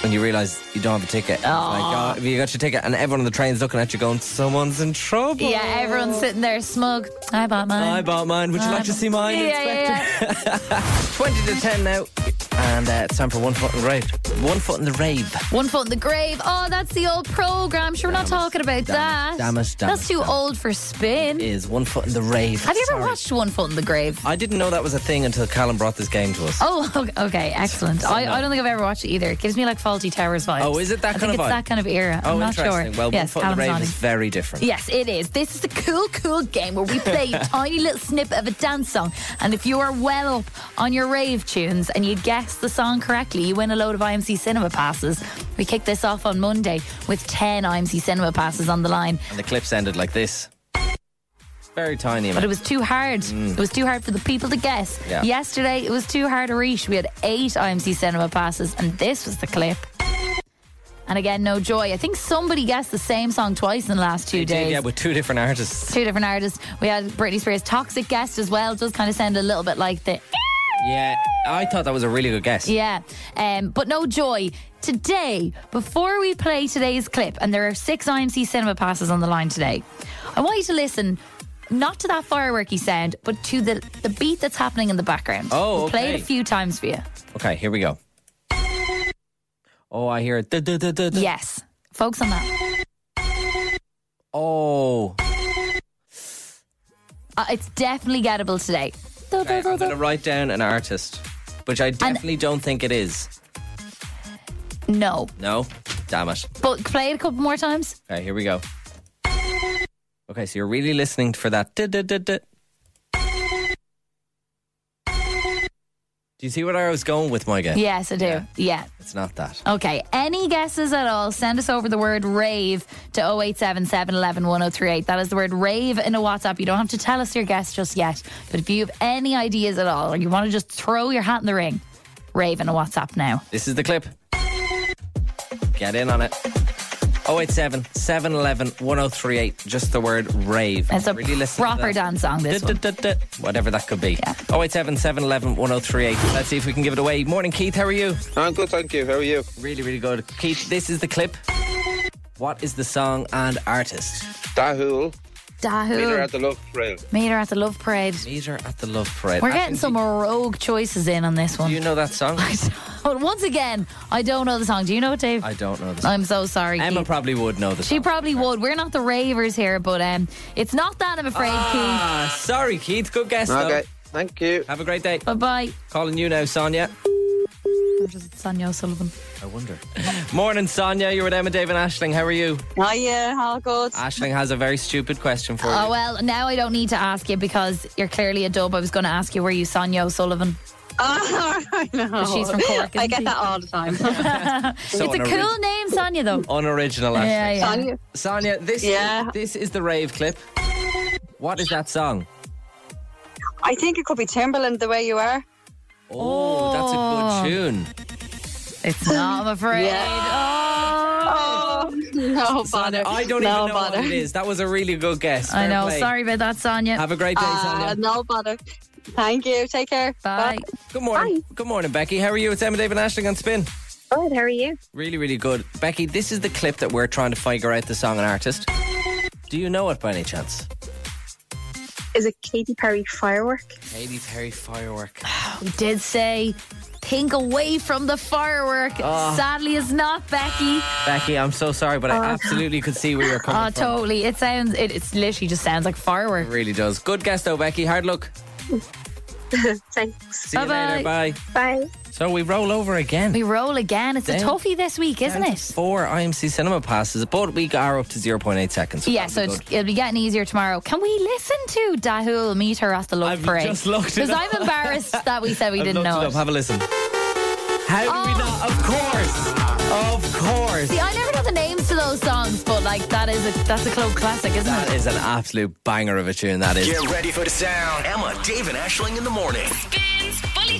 S3: when you realise you don't have a ticket. It's Like, oh, you got your ticket, and everyone on the train's looking at you, going, "Someone's in trouble."
S4: Yeah, everyone's sitting there smug. I bought mine.
S3: I bought mine. Would you
S4: I
S3: like to
S4: bought-
S3: see mine,
S4: Yeah, yeah,
S3: Inspector?
S4: yeah.
S3: Twenty to ten now, and uh, it's time for one foot in the rave. One foot in the rave.
S4: One foot in the grave. Oh, that's the old program. Sure, we're not talking about that.
S3: damn it, damn
S4: that's
S3: it,
S4: too
S3: damn it.
S4: old for spin.
S3: Is one foot in the rave.
S4: Have you ever
S3: Sorry.
S4: watched One Foot in the Grave?
S3: I didn't know that was a thing until Callum brought this game to us.
S4: Oh, okay, okay, excellent. I, I don't think I've ever watched it either. It gives me like Faulty Towers vibes.
S3: Oh, is it that kind
S4: I
S3: of
S4: think it's
S3: vibe?
S4: that kind of era.
S3: Oh,
S4: I'm not
S3: interesting.
S4: sure.
S3: Well,
S4: yes,
S3: one foot in the
S4: Alan's
S3: rave
S4: nodding.
S3: is very different.
S4: Yes, it is. This is the cool, cool game where we play a tiny little snippet of a dance song. And if you are well up on your rave tunes and you guess the song correctly, you win a load of IMC Cinema passes. We kick this off on Monday with 10 IMC Cinema passes on the line.
S3: And the clips ended like this. Very tiny.
S4: But
S3: man.
S4: it was too hard.
S3: Mm.
S4: It was too hard for the people to guess.
S3: Yeah.
S4: Yesterday, it was too hard to reach. We had eight IMC cinema passes, and this was the clip. And again, no joy. I think somebody guessed the same song twice in the last two
S3: They did,
S4: days.
S3: Yeah, with two different artists.
S4: Two different artists. We had Britney Spears' Toxic Guest as well. It does kind of sound a little bit like the.
S3: Yeah, I thought that was a really good guess.
S4: Yeah. Um, but no joy. Today, before we play today's clip, and there are six IMC cinema passes on the line today, I want you to listen not to that fireworky sound, but to the, the beat that's happening in the background.
S3: Oh,
S4: We'll Play it
S3: okay.
S4: a few times for you.
S3: Okay, here we go. Oh, I hear it. Duh, duh, duh, duh, duh.
S4: Yes. Focus on that.
S3: Oh.
S4: Uh, it's definitely gettable today.
S3: Okay, I'm going to write down an artist, which I definitely don't think it is.
S4: No.
S3: No? Damn it.
S4: But play it a couple more times.
S3: Okay, here we go. Okay, so you're really listening for that. duh, duh, duh, duh. Do you see what I was going with, my guess?
S4: Yes, I do. yeah.
S3: It's not that.
S4: Okay, any guesses at all, send us over the word rave to 087 711 1038. That is the word rave in a WhatsApp. You don't have to tell us your guess just yet, but if you have any ideas at all or you want to just throw your hat in the ring, rave in a WhatsApp now.
S3: This is the clip. Get in on it. 087 711 1038. Just the word rave.
S4: It's a
S3: Really listen to that.
S4: proper dance song, this one.
S3: Whatever that could be. 087 711 1038. Let's see if we can give it away. Morning, Keith. How are you?
S14: I'm good, thank you. How are you?
S3: Really, really good. Keith, this is the clip. What is the song and artist?
S14: Dahul. Peter
S4: Dahoo.
S14: at the Love Rail.
S4: Meter at the Love Parade.
S3: Meter at the Love Parade.
S4: We're
S3: Actually,
S4: getting some rogue choices in on this one.
S3: Do you know that song?
S4: But once again, I don't know the song. Do you know it, Dave?
S3: I don't know the song.
S4: I'm so sorry.
S3: Emma
S4: Keith.
S3: probably would know the song.
S4: She probably would. We're not the ravers here, but um, it's not that, I'm afraid, Keith.
S3: Ah, sorry, Keith. Good guess,
S4: Okay,
S3: though. Thank you. Have a great day.
S4: Bye bye.
S3: Calling you now, Sonia.
S4: Or does it Sonia O'Sullivan?
S3: I wonder. Morning, Sonia. You're with Emma, Dave, and Ashling. How are you?
S15: Oh yeah, all good.
S3: Ashling has a very stupid question for you.
S4: Oh, well, now I don't need to ask you because you're clearly a dub. I was going to ask you, were you Sonia O'Sullivan?
S15: Oh, I know.
S4: But she's from Cork.
S15: I get that all the time.
S3: So
S4: it's a
S3: unori-
S4: cool name, Sonia, though.
S3: Unoriginal, Ashling.
S4: Yeah, yeah.
S15: Sonia.
S3: Sonia, this
S15: Yeah.
S3: this is the rave clip. What is that song?
S15: I think it could be Timberland the way you are.
S3: Oh, that's a good tune.
S4: It's not, I'm afraid. Oh.
S15: no
S3: Sonia, I don't
S15: No
S3: even know
S15: bother.
S3: what it is. That was a really good guess.
S4: I
S3: Fair
S4: know.
S3: play.
S4: Sorry about that, Sonia.
S3: Have a great day,
S15: Uh,
S3: Sonia.
S15: no bother. Thank you. Take care. Bye.
S3: Good morning. Good morning, Becky. How are you? It's Emma, Dave, and Ashling on Spin.
S16: Good, how are you?
S3: Really, really good. Becky, this is the clip that we're trying to figure out the song and artist. Do you know it by any chance?
S16: Is it Katy Perry Firework?
S3: Katy Perry Firework.
S4: We did say, think away from the firework.
S3: Oh.
S4: Sadly, it's not Becky.
S3: Becky, I'm so sorry, but
S4: Oh,
S3: I absolutely could see where you're coming
S4: Oh,
S3: from.
S4: totally. It sounds, it, it's literally just sounds like
S3: It
S4: firework.
S3: really does. Good guess, though, Becky. Hard luck.
S16: Thanks.
S3: See you later. Bye.
S16: Bye.
S3: So we roll over again.
S4: We roll again. It's
S3: Down-
S4: a toughie this week, isn't
S3: down
S4: it?
S3: to Four IMC cinema passes, but we are up to 0.8 seconds.
S4: yeah, so it's, it'll be getting easier tomorrow. Can we listen to Dahul meet her at the love parade?
S3: just looked it
S4: Because
S3: up.
S4: I'm embarrassed that we said we
S3: I've
S4: didn't
S3: looked
S4: know
S3: it
S4: it. Oh.
S3: up. Have a listen. How do we not? Of course. Of course.
S4: See, I never know the names to those songs, but like that is a that's a club classic, isn't
S3: That
S4: it?
S3: is an absolute banger of a tune, that is.
S1: Get ready for the sound. Emma, Dave, and Ashling in the morning.
S17: Spins fully